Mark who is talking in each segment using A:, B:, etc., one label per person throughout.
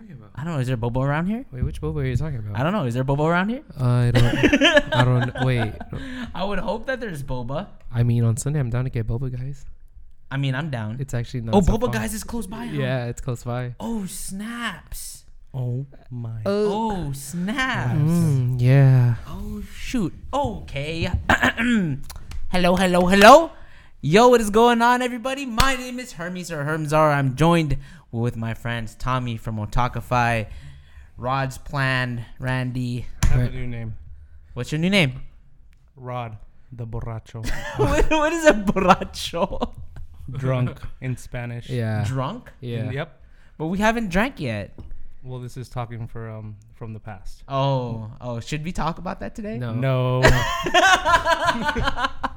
A: talking about?
B: I don't know. Is there Bobo around here?
A: Wait, which Bobo are you talking about?
B: I don't know. Is there Bobo around here?
A: I don't. I don't. Wait.
B: I would hope that there's Boba.
A: I mean, on Sunday I'm down to get Boba guys.
B: I mean, I'm down.
A: It's actually not.
B: oh,
A: so
B: Boba
A: far.
B: guys is close by. huh?
A: Yeah, it's close by.
B: Oh snaps.
C: Oh my.
B: Oh snaps. Hmm,
A: Mm, yeah.
B: Oh shoot. Okay. hello, hello, hello. Yo, what is going on, everybody? My name is Hermes or Hermzar. I'm joined with my friends Tommy from Otakify, Rod's Plan, Randy.
C: I have a new name.
B: What's your new name?
C: Rod, the borracho,
B: what what is a borracho?
C: drunk in Spanish. Mm,
A: Yeah.
B: Drunk?
A: Yeah.
C: Yep.
B: But we haven't drank yet.
C: Well, this is talking for um from the past.
B: Oh, oh, should we talk about that today?
A: No.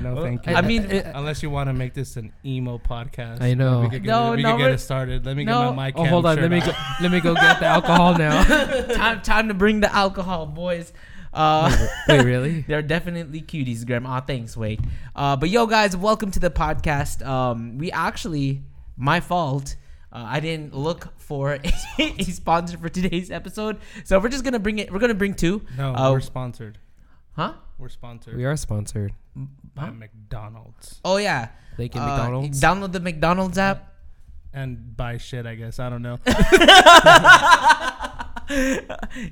C: No. no, thank you. Uh,
B: I mean,
C: Unless you want to make this an emo podcast,
A: I know.
C: We could get,
B: No,
C: we
B: no,
C: could get
B: we're-
C: it started. Let me
B: No.
C: get my mic.
A: Oh, hold on. Let me go, let me go get the alcohol now.
B: time, time to bring the alcohol, boys. Uh,
A: Wait, really?
B: They're definitely cuties, Grim. Aw, thanks, Wade. Uh, but yo, guys, welcome to the podcast. Um, we actually, my fault. Uh, I didn't look for a, a sponsor for today's episode, so we're just gonna bring it. We're gonna bring two,
C: No,
B: Uh,
C: we're sponsored.
B: huh?
C: We're sponsored
A: Oh. We are sponsored.
C: by
B: Huh?
C: McDonald's
B: Oh yeah,
A: Thank you,
B: Uh,
A: McDonald's.
B: Download the McDonald's app.
C: and buy shit. I guess I don't know.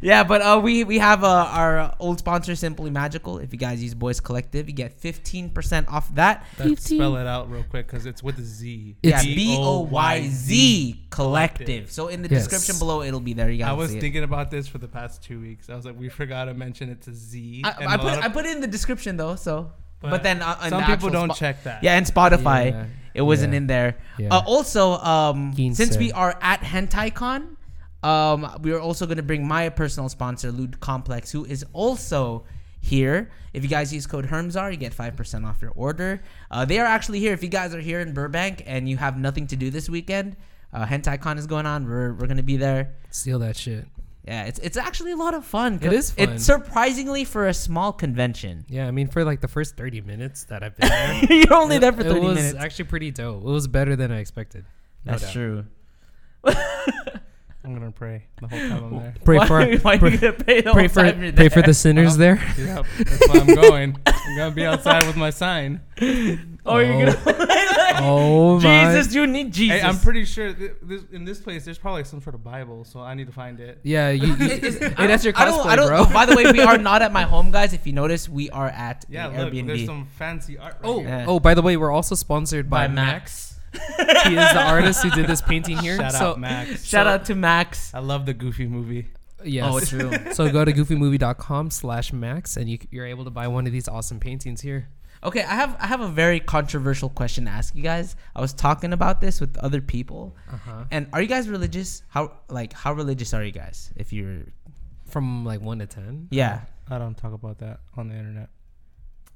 B: Yeah, but uh, we we have uh, our old sponsor, Simply Magical. If you guys use Boys Collective, you get fifteen percent off that.
C: That, spell it out real quick because it's with a Z.
A: It's
B: yeah, B O Y Z Collective. So in the
A: Yes.
B: description below, it'll be there. You guys.
C: I was
B: see it.
C: thinking about this for the past two weeks. I was like, we forgot to mention it's a Z.
B: I,
C: and
B: I
C: a
B: put
C: lot
B: it,
C: of-
B: I put it in the description though, so but,
C: But
B: then uh, in
C: some
B: the
C: people
B: actual
C: don't
B: Spo-
C: check that.
B: Yeah, and Spotify,
A: Yeah.
B: it wasn't
A: Yeah.
B: in there.
A: Yeah.
B: Uh, also, um,
A: Keen
B: since we
A: said.
B: are at HentaiCon, um, we are also going to bring my personal sponsor, Lude Complex, who is also here. If you guys use code Hermzar, you get five percent off your order. Uh, they are actually here. If you guys are here in Burbank and you have nothing to do this weekend, uh, HentaiCon is going on. We're we're going to be there.
A: Steal that shit.
B: Yeah, it's it's actually a lot of fun.
A: It is fun.
B: It's surprisingly for a small convention.
A: Yeah, I mean, for like the first 30 minutes that I've been there,
B: You're only there for
A: it
B: 30
A: was
B: minutes.
A: actually pretty dope. It was better than I expected. no
B: That's
A: doubt.
B: true.
C: I'm gonna pray the whole time I'm there.
A: Pray
B: why,
A: for
B: why are
A: pray,
B: you gonna pay the
A: pray
B: whole
A: for
B: time you're
A: pray for the
B: there? Oh.
A: sinners there.
C: yep, that's why I'm going. I'm gonna be outside with my sign.
B: Oh, you're gonna.
A: Oh my.
B: Jesus, you need Jesus.
C: Hey, I'm pretty sure th- this, in this place there's probably some sort of Bible, so I need to find it.
A: Yeah, you, you,
B: It- it's-
A: hey,
B: I
A: that's
B: don't-
A: your
B: I don't-
A: cosplay,
B: I don't-
A: bro.
B: By the way, we are not at my home, guys. If you notice, we are at
C: Yeah,
B: an
C: look, there's
B: Airbnb.
C: some fancy art. Right
A: Oh,
C: here.
B: Yeah.
A: oh! By the way, we're also sponsored by,
B: by Max.
A: Max. He is the artist who did this painting here.
C: shout
A: so,
C: out Max.
B: Shout out to Max.
C: I love the Goofy movie.
A: Yes.
B: Oh, true.
A: so go to goofymovie.com slash max and you, c- you're able to buy one of these awesome paintings here.
B: Okay, I have I have a very controversial question to ask you guys. I was talking about this with other people.
A: Uh-huh.
B: And are you guys religious? How like how religious are you guys? If you're
A: From like 1 to 10.
B: yeah,
C: I don't talk about that on the internet.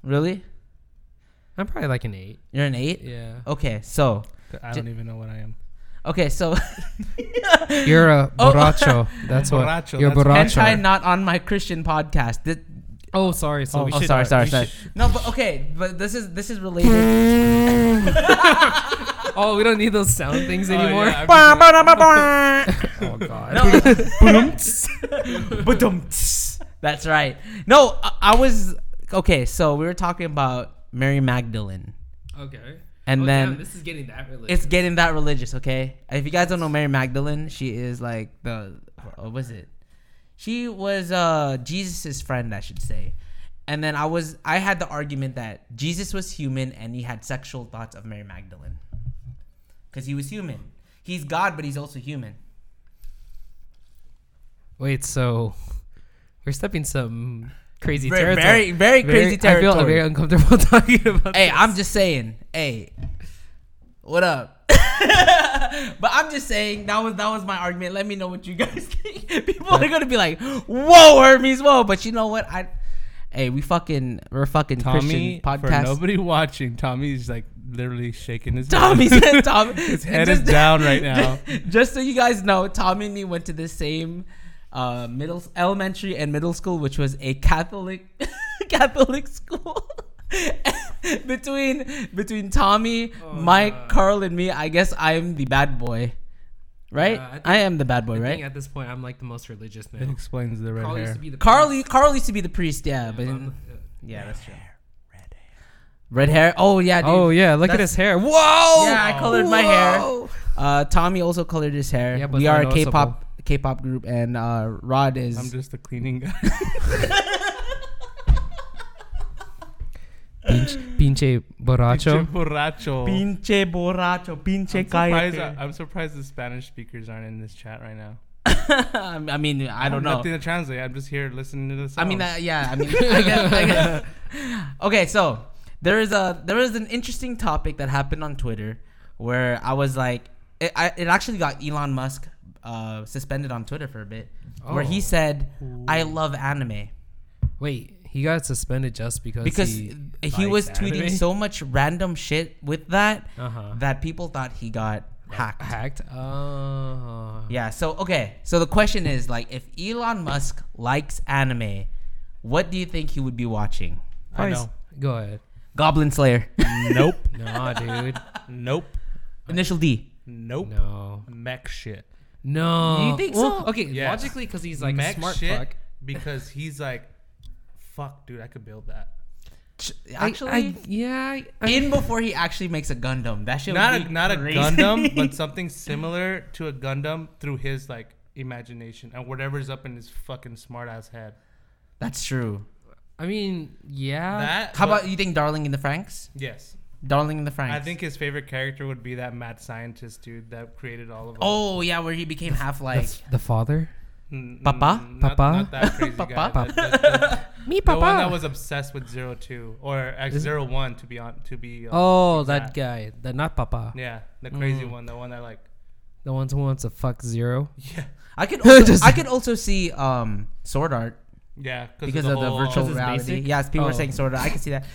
B: really,
A: I'm probably like an 8.
B: you're an eight.
A: Yeah.
B: Okay, so
C: I don't even know what I am.
B: okay, so
A: You're a
B: Oh.
A: borracho. That's what.
C: Borracho,
A: You're
C: that's-
A: borracho.
B: hentai not on my Christian podcast. Th-
A: oh, sorry. So
B: oh,
A: we
B: oh,
A: should-
B: sorry, sorry,
A: we
B: sorry.
A: should-
B: No, but okay, but this is this is related.
A: oh, we don't need those sound things
C: Oh, yeah,
A: anymore.
C: I'm
B: Bah,
C: just
B: bah, bah, bah, bah.
A: Oh, God.
B: No. Ba-dum-ts. That's right. No, I, I was okay. So we were talking about Mary Magdalene,
A: Okay. Oh,
B: and then
A: this is getting that religious.
B: it's getting that religious. Okay, if you guys don't know Mary Magdalene, she is like the what was it? She was uh Jesus's friend, I should say. And then I was I had the argument that Jesus was human and he had sexual thoughts of Mary Magdalene because he was human. He's God, but he's also human.
A: Wait, so we're stepping some crazy
B: Very,
A: territory.
B: very, very crazy
A: I feel
B: territory.
A: very uncomfortable talking about.
B: hey, I'm just saying. Hey, what up? but I'm just saying that was that was my argument. Let me know what you guys think. People are gonna be like, "Whoa, Hermes, whoa!" But you know what? I, hey, we fucking we're fucking
C: Tommy,
B: Christian
C: for
B: podcast.
C: nobody watching, Tommy's like literally shaking his
B: Tommy
C: head.
B: said Tommy.
C: his head is down right now.
B: Just so you guys know, Tommy and me went to the same uh, middle, elementary and middle school, which was a Catholic Catholic school. Oh, between between Tommy, Mike, Carl, and me, I guess I'm the bad boy. right?
A: Yeah, I think-
B: I, am the bad boy,
A: I
B: right?
A: think at this point, I'm like the most religious
C: It
A: now.
C: explains the red
A: Carl used
C: hair.
A: to be the
B: Carl, u- Carl used to be the priest, yeah,
A: priest,
B: but uh,
A: I'm the-
B: yeah, that's true. Red hair. Oh yeah, dude.
A: Oh yeah, look at
B: That's-
A: his hair. Whoa.
B: Yeah, I colored my hair.
A: Whoa!
B: Uh, Tommy also colored his hair.
A: Yeah, but
B: we
A: not
B: are a
A: noticeable.
B: K-pop K-pop group, and uh, Rod is.
C: I'm just the cleaning guy.
A: Pinch- Pinche borracho.
C: Borracho.
B: pinche borracho, pinche
C: I'm surprised, I'm surprised the Spanish speakers aren't in this chat right now.
B: I mean, I don't
C: have
B: know.
C: Nothing to translate. I'm just here listening to the
B: I
C: sounds.
B: mean, uh, yeah. I mean, I guess, I guess. okay. So there is a there is an interesting topic that happened on Twitter where I was like, it, I, it actually got Elon Musk uh, suspended on Twitter for a bit, where he
A: Oh.
B: said, "I love anime."
A: Wait, he got suspended just because
B: because
A: he,
B: he, was
A: likes
B: tweeting
A: anime?
B: so much random shit with that
A: Uh-huh.
B: that people thought he got hacked.
A: hacked. Oh.
B: Yeah, so okay. So the question is like if Elon Musk likes anime, what do you think he would be watching?
C: I know.
A: Go ahead.
B: Goblin Slayer.
C: Nope.
A: No, dude.
C: nope.
B: Initial D.
C: Nope.
A: No.
C: Mech shit.
A: No.
B: You think
A: Well,
B: so?
A: Okay,
C: Yes.
A: logically, because he's like a
C: Mech
A: smart
C: shit
A: fuck.
C: because he's like, fuck, dude, I could build that.
B: Ch-
A: I-
B: Actually,
A: I- yeah. I- I-
B: in before he actually makes a Gundam. That shit
C: Not
B: would
C: a
B: be
C: not a
B: crazy.
C: Gundam, but something similar to a Gundam through his like imagination and whatever's up in his fucking smart ass head.
B: That's true.
A: I mean, yeah.
C: That
B: Uh, How
C: but-
B: about you think Darling in the Franks?
C: yes?
B: Darling in the Franks.
C: I think his favorite character would be that mad scientist dude that created all of us.
B: Oh yeah, where he became half like
A: That's the father.
C: Mm,
B: Papa?
C: mm, not-
A: Papa?
C: Not that crazy guy.
B: Papa?
C: The, the- the-
A: Me,
C: the one that was obsessed with Zero Two or X Zero One to be on to be. uh,
A: oh, that
C: exact.
A: guy. The not Papa.
C: Yeah, the crazy
B: Mm.
C: one, the one that like.
A: The one who wants to fuck zero.
C: Yeah,
B: I could also,
A: Just-
B: I could also see um Sword Art
C: yeah,
B: because of the,
C: whole-
B: virtual
A: it's
B: reality.
A: basic?
B: Yes, people are
A: Oh.
B: saying Sword Art. I can see that.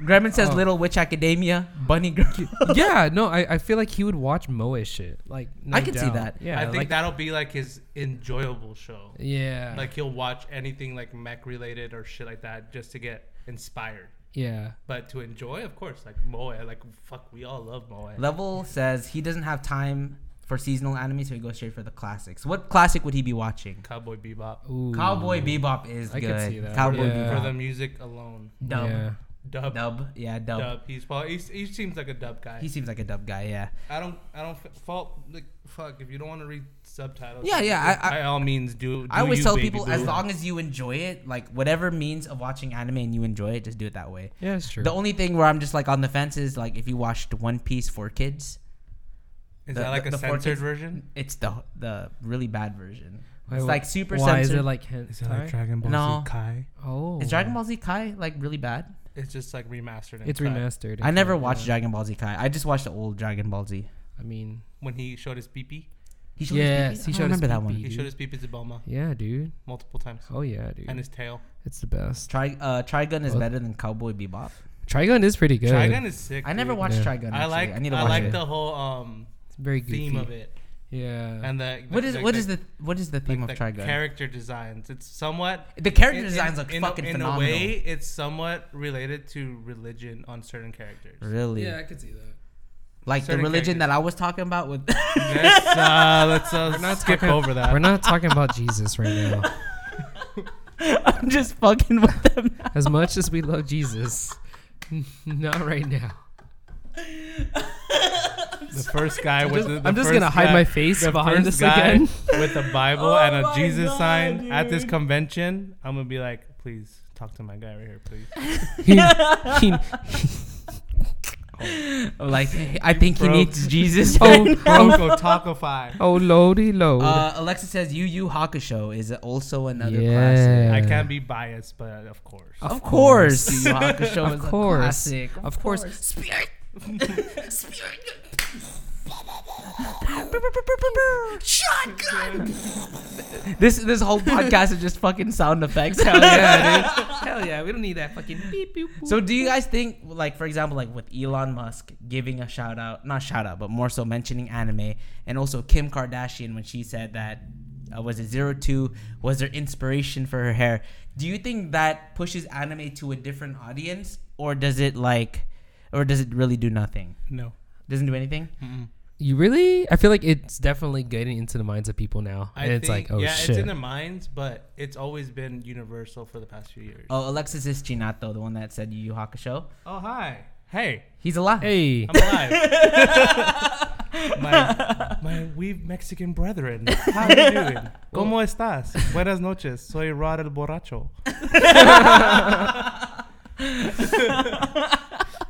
B: Gremlin says
A: Oh.
B: Little Witch Academia, Bunny Girl.
A: yeah, no, I, I feel like he would watch Moe shit. Like no
B: I can see
A: doubt.
B: that.
A: Yeah,
C: I think
A: like,
C: that'll be like his enjoyable show.
A: Yeah,
C: Like he'll watch anything like mech related or shit like that just to get inspired.
A: yeah.
C: But to enjoy, of course, like Moe, like fuck, we all love Moe.
B: Level says he doesn't have time for seasonal anime, so he goes straight for the classics. What classic would he be watching?
C: Cowboy Bebop.
A: Ooh.
B: Cowboy Bebop is
A: I
B: good.
A: could see that.
B: Cowboy
A: Yeah.
B: Bebop.
C: For the music alone,
B: Dub.
A: Yeah.
C: dub, dub,
B: Dub. Yeah, dub.
C: He's probably he's, he seems like a dub guy.
B: He seems like a dub guy. Yeah.
C: I don't I don't f- fault like fuck if you don't want to read subtitles.
B: Yeah, yeah, I- I-
C: by all means, do. do
B: I always
C: you,
B: tell
C: baby
B: people as
C: boo.
B: long as you enjoy it, like whatever means of watching anime and you enjoy it, just do it that way.
A: Yeah, it's true.
B: The only thing where I'm just like on the fence is like if you watched One Piece for kids,
C: Is
B: the-
C: that like
B: the-
C: a
B: the four
C: censored
B: kids-
C: version?
B: it's the the really bad version.
A: Wait,
B: it's
A: wh-
B: like super
A: Why
B: censored.
A: is it like hentai?
C: Dragon
B: Ball Z No.
C: Kai?
A: oh,
B: Is Dragon Ball Z Kai like really bad?
C: It's just like remastered. and
A: It's
C: cut.
A: remastered.
B: I
A: and
B: never
A: cut,
B: watched
A: yeah.
B: Dragon Ball Z Kai. I just watched the old Dragon Ball Z.
A: I mean,
C: When he showed his peepee,
B: He showed his
A: yes,
B: pee-pee? I
A: he showed
B: don't
A: his
B: remember that one.
A: pee-pee,
C: he showed
A: dude.
C: his peepee to Bulma
A: Yeah, dude.
C: multiple times,
A: Oh yeah, dude.
C: and his tail.
A: it's the best.
B: Tri- uh, Trigun is
A: Well-
B: better than Cowboy Bebop.
A: Trigun is pretty good.
C: Trigun is sick.
B: I never
C: dude.
B: watched
A: Yeah.
B: Trigun. Actually.
C: I like.
B: I need to
C: I
B: watch
C: like
B: it.
C: the whole um
A: It's very goofy.
C: theme of it
A: Yeah.
C: and the, the
B: what is
C: the,
B: what is the what is the theme of
C: like the
B: Trigun?
C: character designs. It's somewhat
B: the character
C: in- in-
B: designs look
C: in a-
B: fucking
C: in
B: phenomenal.
C: a way, it's somewhat related to religion on certain characters.
B: really,
A: yeah, I could see that.
B: like the
C: certain
B: religion
C: characters.
B: that I was talking about with
C: let's uh, let's uh, not skip
A: talking-
C: over that.
A: We're not talking about Jesus right now.
B: I'm just fucking with them.
A: As much as we love Jesus, n- not right now.
C: the first guy with the, the
A: I'm just
C: first
A: gonna hide
C: guy-
A: my face
C: the
A: behind
C: first
A: this
C: guy
A: again.
C: with a Bible
B: Oh
C: and a
B: my
C: Jesus
B: God,
C: sign at this
B: dude.
C: convention. I'm gonna be like, please talk to my guy right here, please.
A: He- he-
B: like I think he
C: Bro.
B: needs Jesus.
A: oh, oh,
C: Bronco Tacofy.
A: oh, lordy, lord.
B: Uh, Alexa says Yu Yu Hakusho is also another
A: Yeah.
B: classic.
C: I can be biased, but of course.
A: Of
B: Of course,
A: course.
B: Yu Yu Hakusho
A: Of
B: is
A: course.
B: a classic.
A: of course.
B: Spirit. Spirit. Shotgun. this this whole podcast is just fucking sound effects.
A: Hell yeah, dude. Hell yeah. We don't need that fucking beep beep. boop.
B: So do you guys think like for example like with Elon Musk giving a shout out not shout out but more so mentioning anime and also Kim Kardashian when she said that uh, was it zero two was there inspiration for her hair do you think that pushes anime to a different audience or does it like or does it really do nothing
C: no.
B: doesn't do anything
A: You really? I feel like it's definitely getting into the minds of people now,
C: I
A: and it's
C: think-
A: like, oh
C: yeah,
A: shit.
C: it's in their minds, but it's always been universal for the past few years.
B: Oh, Alexis is Chinato, the one that said Yu Yu Hakusho.
C: Oh, hi. Hey,
B: He's alive.
A: hey,
C: I'm alive. my, my weave Mexican brethren. How you doing? ¿Cómo estás? Buenas noches. Soy Rod el Borracho.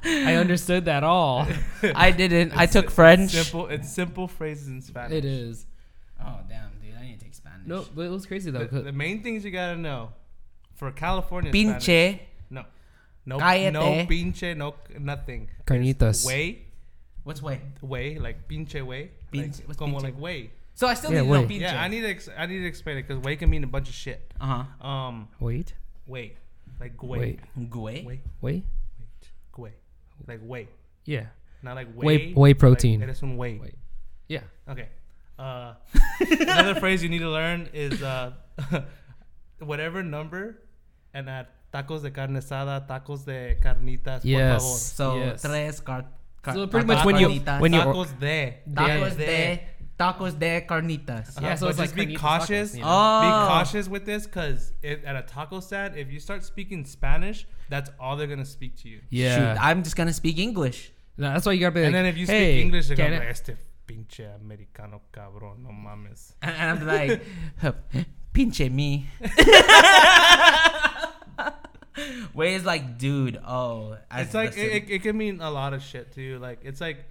A: I understood that all.
B: I didn't. I took French.
C: Simple, it's simple phrases in Spanish.
A: it is.
B: Oh damn, dude, I need to take Spanish.
A: No, but it was crazy though.
C: The,
A: 'cause-
C: the main things you gotta know for California Spanish,
B: Pinche.
C: no, no, no
B: Cállate.
C: pinche, no nothing. It's
A: Carnitas.
C: Way,
B: What's way?
C: way, like pinche way.
B: Pinche-
C: like,
B: what's
C: como
B: pinche?
C: like way.
B: So I still
A: Yeah,
B: need to know
A: way.
B: pinche.
C: Yeah, I need to ex- I need to explain it because way can mean a bunch of shit.
B: Uh huh.
C: Um,
A: wait,
C: wait, like
A: wait,
C: way,
B: Gue.
C: way,
A: wait.
C: wait, way, like way,
A: Yeah,
C: not like
A: Whey-
C: way.
A: whey protein.
C: Like, eres un whey.
A: Whey. yeah.
C: Okay. Uh, another phrase you need to learn is uh, whatever number and at tacos de carne asada, tacos de carnitas,
A: Yes.
C: por
B: So
A: Yes.
B: tres car. car
A: So pretty
C: much
B: tacos
C: when you-
B: carnitas.
A: when you- Uh,
C: favor. Tacos de.
B: tacos de tacos de carnitas.
A: Yeah,
C: Yeah,
A: so
C: so
A: it's
C: just
A: like
C: be
A: carnitas
C: cautious.
A: tacos,
C: Be
A: you
B: know? Oh.
C: cautious with this because at a taco stand, if you start speaking Spanish, that's all they're gonna speak to you.
A: Yeah,
B: Shoot, I'm just gonna speak English.
A: no, that's why you gotta be like.
C: and then if you speak
A: hey,
C: English, they're
A: can
C: gonna
A: I-
C: be like, este pinche americano cabrón, no mames.
B: And, and I'm like, "Huh, pinche me. Where is like, dude? Oh, as
C: it's
B: the
C: like
B: city-
C: it, it, it can mean a lot of shit too. Like it's like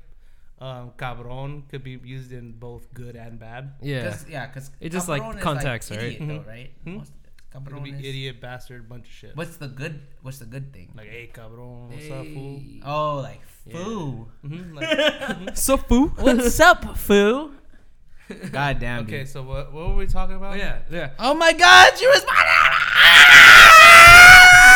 C: um, cabron could be used in both good and bad.
A: Yeah,
B: Cause, yeah, because
A: It just, like, context, right? Hmm?
B: Though, right? Most,
C: It could
B: cabron
C: Mm-hmm. be
B: is-
C: idiot, bastard, bunch of shit.
B: What's the good? What's the good thing?
C: Like hey cabron, what's up fool?
B: oh, like foo.
C: Mhm, like-
A: so foo.
B: What's up, foo? God damn.
C: okay,
B: dude.
C: so what what were we talking about?
A: yeah, yeah.
B: Oh my God, you responded.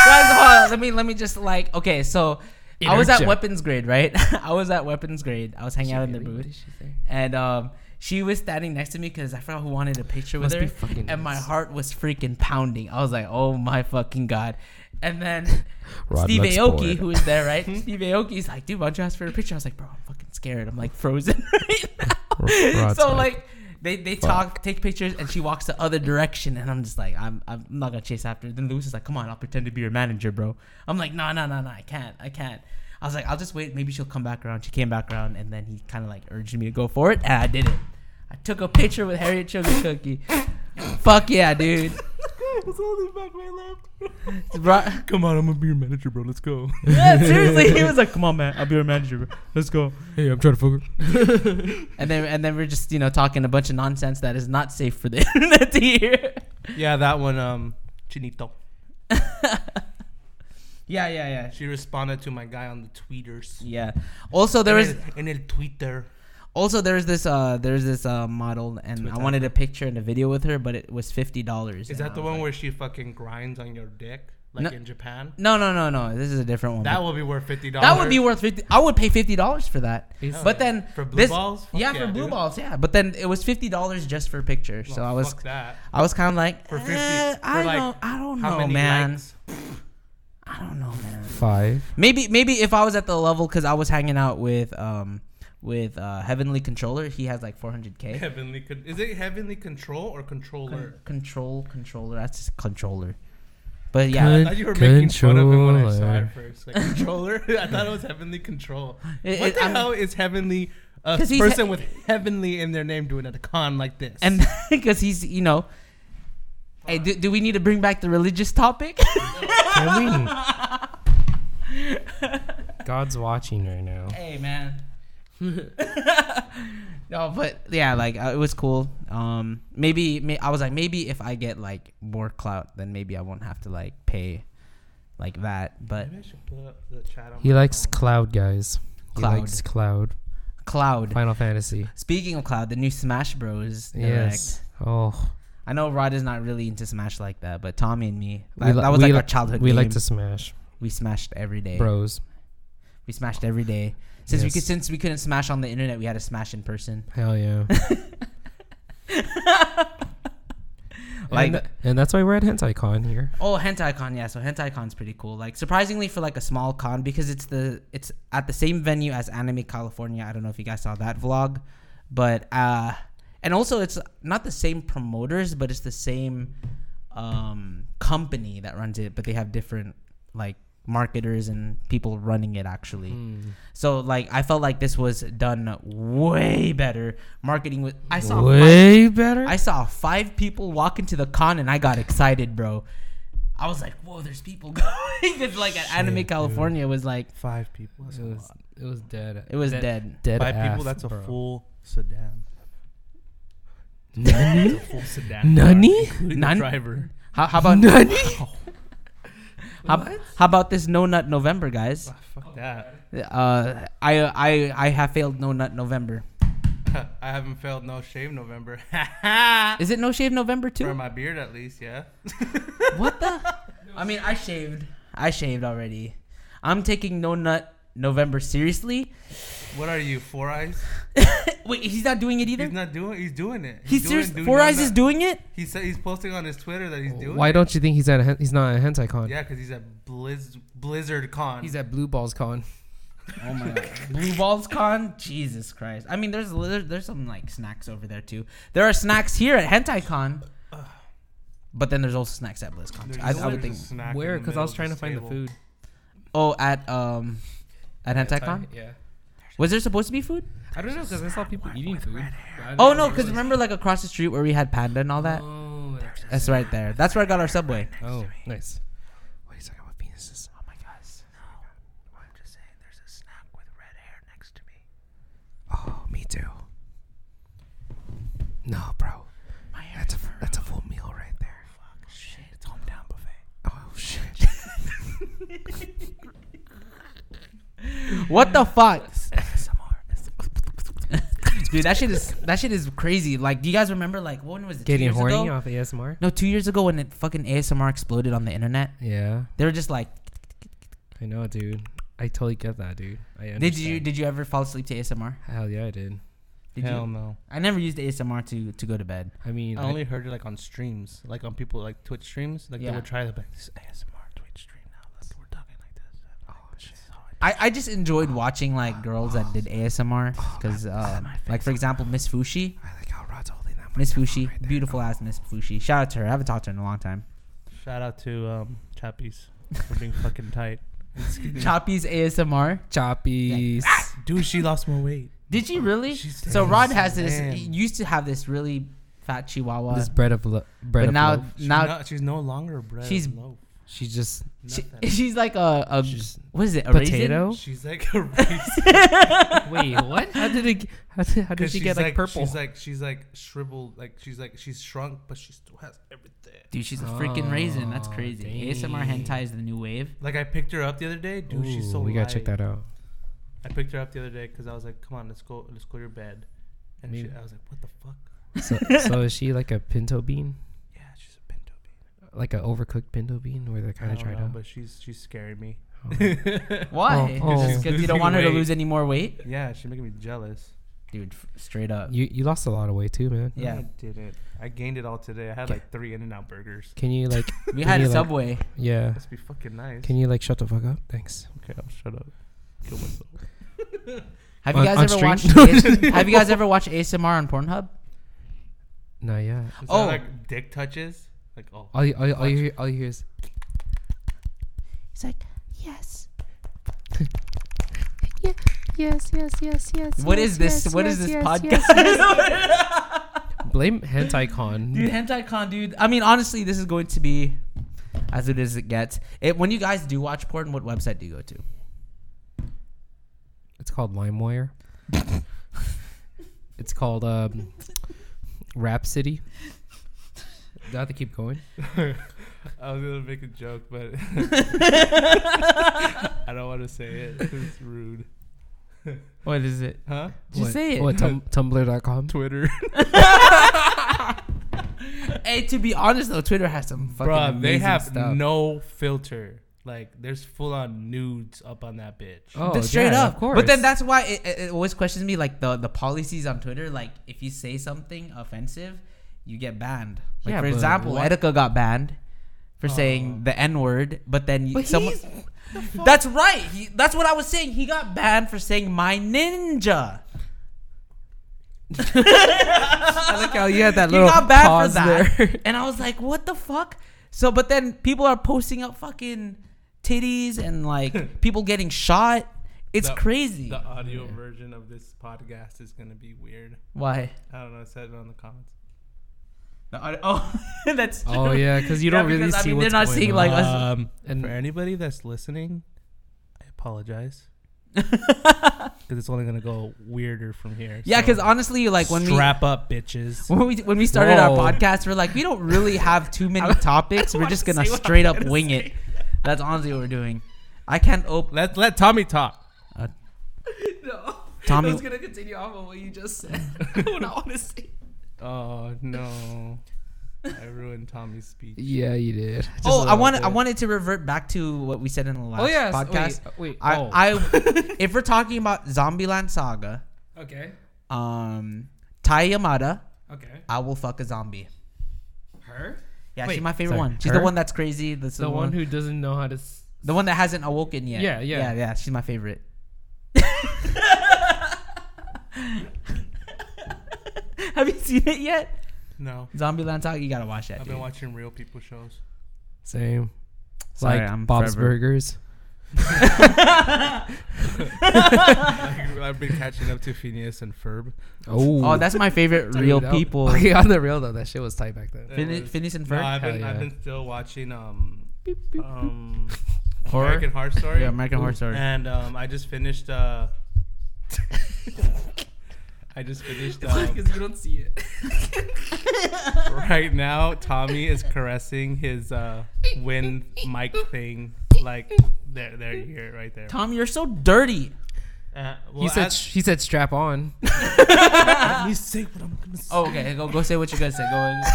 B: Guys, hold on. Let me let me just like okay. So I was at
A: Interject.
B: weapons grade, right? I was at weapons grade. I was hanging out in the
A: What
B: booth.
A: did she say?
B: and um, she was standing next to me because I forgot who wanted a picture with
A: Must be
B: her,
A: fucking
B: and my
A: nice.
B: heart was freaking pounding. I was like, "Oh my fucking god!" And then
A: Rod
B: Steve
A: looks
B: Aoki,
A: bored.
B: who was there, right? Steve Aoki's like, "Dude, why don't you ask for a picture?" I was like, "Bro, I'm fucking scared. I'm like frozen right now."
A: Rod's
B: so
A: like,
B: like. They, they talk, take pictures, and she walks the other direction, and I'm just like, I'm, I'm not gonna chase after. her. Then Lewis is like, come on, I'll pretend to be your manager, bro. I'm like, no, no, no, no, I can't, I can't. I was like, I'll just wait. Maybe she'll come back around. She came back around, and then he kind of like urged me to go for it, and I did it. I took a picture with Harriet Sugar Cookie. Fuck yeah, dude.
C: It's only back my left.
B: Bro-
C: Come on, I'm gonna be your manager, bro. Let's go.
B: yeah, seriously, he was like, "Come on, man, I'll be your manager. Bro. Let's go."
A: Hey, I'm trying to fuck her.
B: And then, and then we're just you know talking a bunch of nonsense that is not safe for the internet to hear.
C: yeah, that one. Um, Chinito.
B: Yeah, yeah, yeah,
C: She responded to my guy on the tweeters.
B: yeah. Also, there is
C: in el Twitter.
B: also there's this uh there's this uh model, and I
C: Twitter.
B: wanted a picture and a video with her, but it was fifty dollars.
C: Is that the one where she fucking grinds on your dick, like
B: No.
C: in Japan?
B: No, no, no, no. This is a different one.
C: That would be worth fifty dollars.
B: That would be worth fifty. I would pay fifty dollars for that.
A: He's-
B: But then
C: For blue
B: this-
C: balls? Fuck
B: yeah, for
C: yeah,
B: blue
C: dude.
B: balls, yeah. But then it was fifty dollars just for a picture. so I was,
C: fuck that.
B: I was kind of like,
C: For 50
B: eh,
C: for
B: I
C: like,
B: don't, I don't
C: How
B: know,
C: many
B: man.
C: likes?
B: I don't know, man.
A: Five.
B: Maybe, maybe if I was at the level, because I was hanging out with, um, with uh, Heavenly Controller. He has like four hundred k.
C: Heavenly con- is it heavenly control or controller?
B: Control, controller. That's just controller. But yeah,
C: I thought you were making fun of him when I saw
A: Controller.
C: it first. Like controller, I thought it was heavenly control.
B: It-
C: what
B: it-
C: the
B: I'm-
C: hell is heavenly? A
B: 'Cause he's
C: person
B: he-
C: with heavenly in their name doing at a con like this.
B: and because he's, you know. Hey, do, do we need to bring back the religious topic?
A: God's watching right now.
B: Hey man. no, but yeah, like uh, it was cool. Um, maybe may, I was like, maybe if I get like more clout, then maybe I won't have to like pay like that. But
C: Maybe I should put up the chat on
A: He
C: my
A: likes
C: phone.
A: Cloud, guys. He
B: Cloud.
A: likes Cloud.
B: cloud.
A: Final Fantasy.
B: Speaking of cloud, the new Smash Bros.
A: Yes.
B: Direct.
A: Oh,
B: I know Rod is not really into Smash like that, but Tommy and me,
A: We
B: that,
A: li-
B: that was
A: we
B: like
A: li-
B: our childhood.
A: we like
B: game.
A: to smash,
B: we smashed every day.
A: bros.
B: We smashed every day. Since we
A: Yes.
B: could, since we couldn't smash on the internet, we had to smash in person.
A: Hell yeah.
B: Like,
A: and, and that's why we're at hentai con here.
B: Oh, hentai con, yeah. So hentai con's pretty cool. Like surprisingly for like a small con because it's the it's at the same venue as Anime California. I don't know if you guys saw that vlog, but uh and also it's not the same promoters, but it's the same um company that runs it, but they have different like marketers and people running it actually. So like I felt like this was done way better. Marketing was I saw
A: Way better.
B: I saw five people walk into the con and I got excited, bro. I was like, whoa, there's people going. 'Cause, like at Anime California was like,
C: Five people. That's
A: it
C: a
A: was
C: lot.
A: it was dead.
B: it was
A: dead.
B: dead.
A: Dead
C: Five people.
A: ass,
C: That's a
A: bro.
C: full sedan.
A: Nani?
C: That's a full sedan.
A: Nani?
C: Car, including
B: Nani?
C: The driver.
B: How, how about
A: Nani?
B: how, how about this No Nut November, guys?
C: Ah, fuck that.
B: Uh, I I I have failed No Nut November.
C: I haven't failed no shave November. Ah.
B: Is it No Shave November
C: For
B: too?
C: my beard, at least, yeah.
B: What the? I mean, I shaved. I shaved already. I'm taking No Nut November seriously.
C: What are you, Four Eyes?
B: Wait, he's not doing it
C: He's
B: either.
C: not doing. He's doing it.
B: He's
C: doing-
B: serious.
C: do
B: Four
C: not-
B: Eyes is
C: not-
B: doing it.
C: He said he's posting on his Twitter that he's doing.
A: Why
C: it.
A: don't you think he's at a, hen- he's not at a hentai con?
C: Yeah, because he's at Blizz Blizzard Con.
A: He's at Blue Balls con.
B: Oh my god. Blue Balls Con? Jesus Christ. I mean, there's there- there's some like snacks over there too. There are snacks here at Hentai Con. But then there's also snacks at BlizzCon.
C: There's
B: I,
C: no
B: I would
C: way there's
B: think.
C: a snack in
A: Where?
C: the
A: Because I was
C: middle
A: trying to
C: of
A: find
C: this
A: the food.
B: Oh, at um, at HentaiCon. Con.
A: Yeah.
B: Was there supposed to be food?
A: I don't know because I saw people eating food. but I didn't
B: Oh
A: know
B: no,
A: there
B: because
A: was-
B: remember like across the street where we had Panda and all that.
A: Oh, that's-
B: That's right there. That's where I got our Subway.
A: oh, nice. What are you talking about penises?
B: Oh my gosh.
D: I'm just saying, there's a snack with red hair next to me.
A: Oh, me too. No, bro. that's a that's a full meal right there.
D: Shit, it's hometown buffet.
A: Oh shit.
B: What the fuck,
D: Some more.
B: dude? That shit is that shit is crazy. Like, do you guys remember like when was it? two
A: Getting
B: years
A: horny
B: ago?
A: off ASMR.
B: No, two years ago when it fucking ASMR exploded on the internet,
A: Yeah,
B: they were just like,
A: I know, dude. I totally get that, dude. I understand.
B: "Did you did you ever fall asleep to ASMR?
A: Hell yeah, I did.
B: Did
C: Hell
B: you?
C: no.
B: I never used ASMR to to go to bed.
A: I mean,
C: I only heard it like on streams, like on people like Twitch streams. Like
B: Yeah.
C: they would try the like,
D: This is ASMR Twitch stream now. Let's, we're talking like this. Oh, shit.
B: I, I just enjoyed watching like girls that did ASMR
D: Oh,
B: because uh, like for example Miss Fushi,
D: I like how Rod's holding that
B: Miss Fushi, beautiful ass Miss Fushi. Shout out to her. I haven't talked to her in a long time.
C: shout out to um, Chappies for being fucking tight. and skinny.
B: Choppy's ASMR.
A: choppies.
C: Dude, she lost more weight.
B: Ah! Did she really?
C: She's
B: so Rod has this.
C: man.
B: He used to have this really fat Chihuahua,
A: This bread of lo- bread
B: but
A: of
B: now
A: loaf.
C: She's
B: now
C: no- she's no longer a bread.
B: She's-
C: of loaf.
A: she just
B: she,
C: Nothing.
B: she's like a, a
A: She's
B: what is it? A raisin?
A: potato.
C: She's like a raisin.
A: Wait, what? How did it? How did, how did
C: Cause
A: she
C: she's
A: get like, purple?
C: She's like she's like shriveled. Like she's like she's shrunk, but she still has everything.
B: Dude, she's a freaking raisin. That's
A: Oh,
B: crazy.
A: dang.
B: ASMR hentai is the new wave.
C: Like I picked her up the other day. Dude, she's
A: Ooh,
C: so.
A: we gotta check
C: light.
A: that out.
C: I picked her up the other day because I was like, "Come on, let's go, let's go to your bed," and she,
A: Maybe-
C: I was like, "What the fuck?"
A: So, so is she like a pinto bean,
D: Yeah, she's a pinto bean.
A: like an overcooked pinto bean, where they're
C: I
A: kind of
C: don't
A: tried
C: know,
A: out?
C: but she's she's scaring me.
A: Oh.
B: Why?
A: Oh, oh.
B: Because you don't
C: Losing
B: want her to
C: weight.
B: lose any more weight,
C: yeah, she's making me jealous.
B: dude. f- Straight up.
A: you you lost a lot of weight too, man.
C: No,
B: yeah,
C: I didn't. I gained it all today. I had like three In-N-Out burgers.
A: Can you like?
B: we
A: can
B: had
A: you,
B: a
A: like-
B: subway.
A: yeah.
C: Must be fucking nice.
A: Can you like shut the fuck up? Thanks.
C: okay, I'll shut up. Kill myself.
B: Have you
A: on-
B: guys
A: on
B: ever
A: stream?
B: watched? AS- have you guys ever watched ASMR on Pornhub?
A: Nah, yeah.
C: Is
B: Oh.
C: that like dick touches? Like oh,
A: All you all, you- all you hear all you hear is
B: It's like, yes.
E: Yeah. Yes, yes, yes, yes.
B: What
E: yes,
B: is this?
E: Yes,
B: what is
E: yes,
B: this
E: yes,
B: podcast?
E: Yes, yes.
A: blame hentai con.
B: Dude, hentai con, dude. I mean, honestly, this is going to be as it is it gets. It, when you guys do watch porn, what website do you go to?
A: It's called LimeWire. it's called um, Rhapsody. Do I have to keep going?
C: I was gonna make a joke, but I don't want to say it. 'cause It's rude.
B: What is it?
C: Huh?
B: Just
A: What-
B: say it.
A: What, tum- Tumblr.com?
C: Twitter.
B: hey, to be honest though, Twitter has some fucking
C: Bruh,
B: amazing
C: they have
B: stuff.
C: no filter. Like, there's full on nudes up on that bitch.
A: Oh,
B: Th- straight
A: yeah,
B: up.
A: Of course.
B: But then that's why it, it, it always questions me, like the the policies on Twitter. Like if you say something offensive, you get banned. Like
A: Yeah,
B: for
A: but
B: example,
A: what-
B: Etika got banned for saying
C: Oh.
B: the N word, but then
A: But
B: someone.
A: he's-
B: That's right. He, that's what I was saying. He got banned for saying my ninja.
A: I like how you had that
B: He
A: little
B: got banned
A: pause
B: for that,
A: there.
B: and I was like, "What the fuck?" So, but then people are posting up fucking titties and like people getting shot. It's
C: The-
B: crazy.
C: The audio version of this podcast is gonna be weird.
B: Why?
C: I don't know. I said it on the comments.
B: The audio- oh, that's true.
A: Oh yeah, because you
B: Yeah,
A: don't really
B: because, I
A: see
B: mean,
A: what's
B: they're not
A: going
B: seeing,
A: on.
B: like, us-
C: Um,
A: And-
C: for anybody that's listening, I apologize because it's only gonna go weirder from here.
B: Yeah,
C: so
B: because honestly, like when we
C: strap up, bitches.
B: when we when we started
A: Whoa.
B: our podcast, we're like, we don't really have too many topics. We're just gonna straight up wing it. That's honestly what we're doing. I can't open.
C: Let let Tommy talk.
A: No.
B: Tommy- oh,
A: I was gonna continue off of what you just said. what I want to say.
C: Oh no, I ruined Tommy's speech.
A: Yeah, you did. Just a
B: Oh, I
A: little
B: wanted
A: bit.
B: I wanted to revert back to what we said in the last
A: Oh yeah.
B: podcast.
A: Wait. wait
B: I,
A: oh.
B: I if we're talking about Zombieland Saga,
A: okay.
B: um, Tai Yamada,
A: Okay.
B: I will fuck a zombie.
A: Her.
B: Yeah,
A: Wait,
B: she's my favorite
A: sorry,
B: one. She's
A: her?
B: the one that's crazy. That's
A: The, one who doesn't know how to. S-
B: the one that hasn't awoken yet.
A: Yeah, yeah.
B: yeah, yeah. She's my favorite. Have you seen it yet?
C: No,
B: Zombieland Saga, you gotta watch that.
C: I've
B: Dude.
C: been watching real people shows.
A: Same.
B: Sorry,
A: like
B: I'm
A: Bob's
B: forever-
A: Burgers.
C: Like, I've been catching up to Phineas and Ferb.
A: Oh.
B: Oh, that's my favorite
A: Dude,
B: real
A: that-
B: people.
A: yeah, on the real though, that shit was tight back then.
C: It
B: Fini-
C: was-
B: Phineas and
C: No,
B: Ferb.
C: I've been,
A: Hell
C: I've
A: yeah.
C: been still watching um, um
B: Horror?
C: American Horror Story.
B: yeah, American Horror Story.
C: And um, I just finished. Uh, I just finished. Um,
A: you don't see it.
C: right now, Tommy is caressing his uh, wind mic thing. Like there, there you hear it right there.
B: Tom, you're so dirty.
C: Uh, well,
A: he said.
C: as-
A: he said strap on.
C: let me say what I'm gonna say.
B: Oh, okay, go go say what you guys say. Go. In.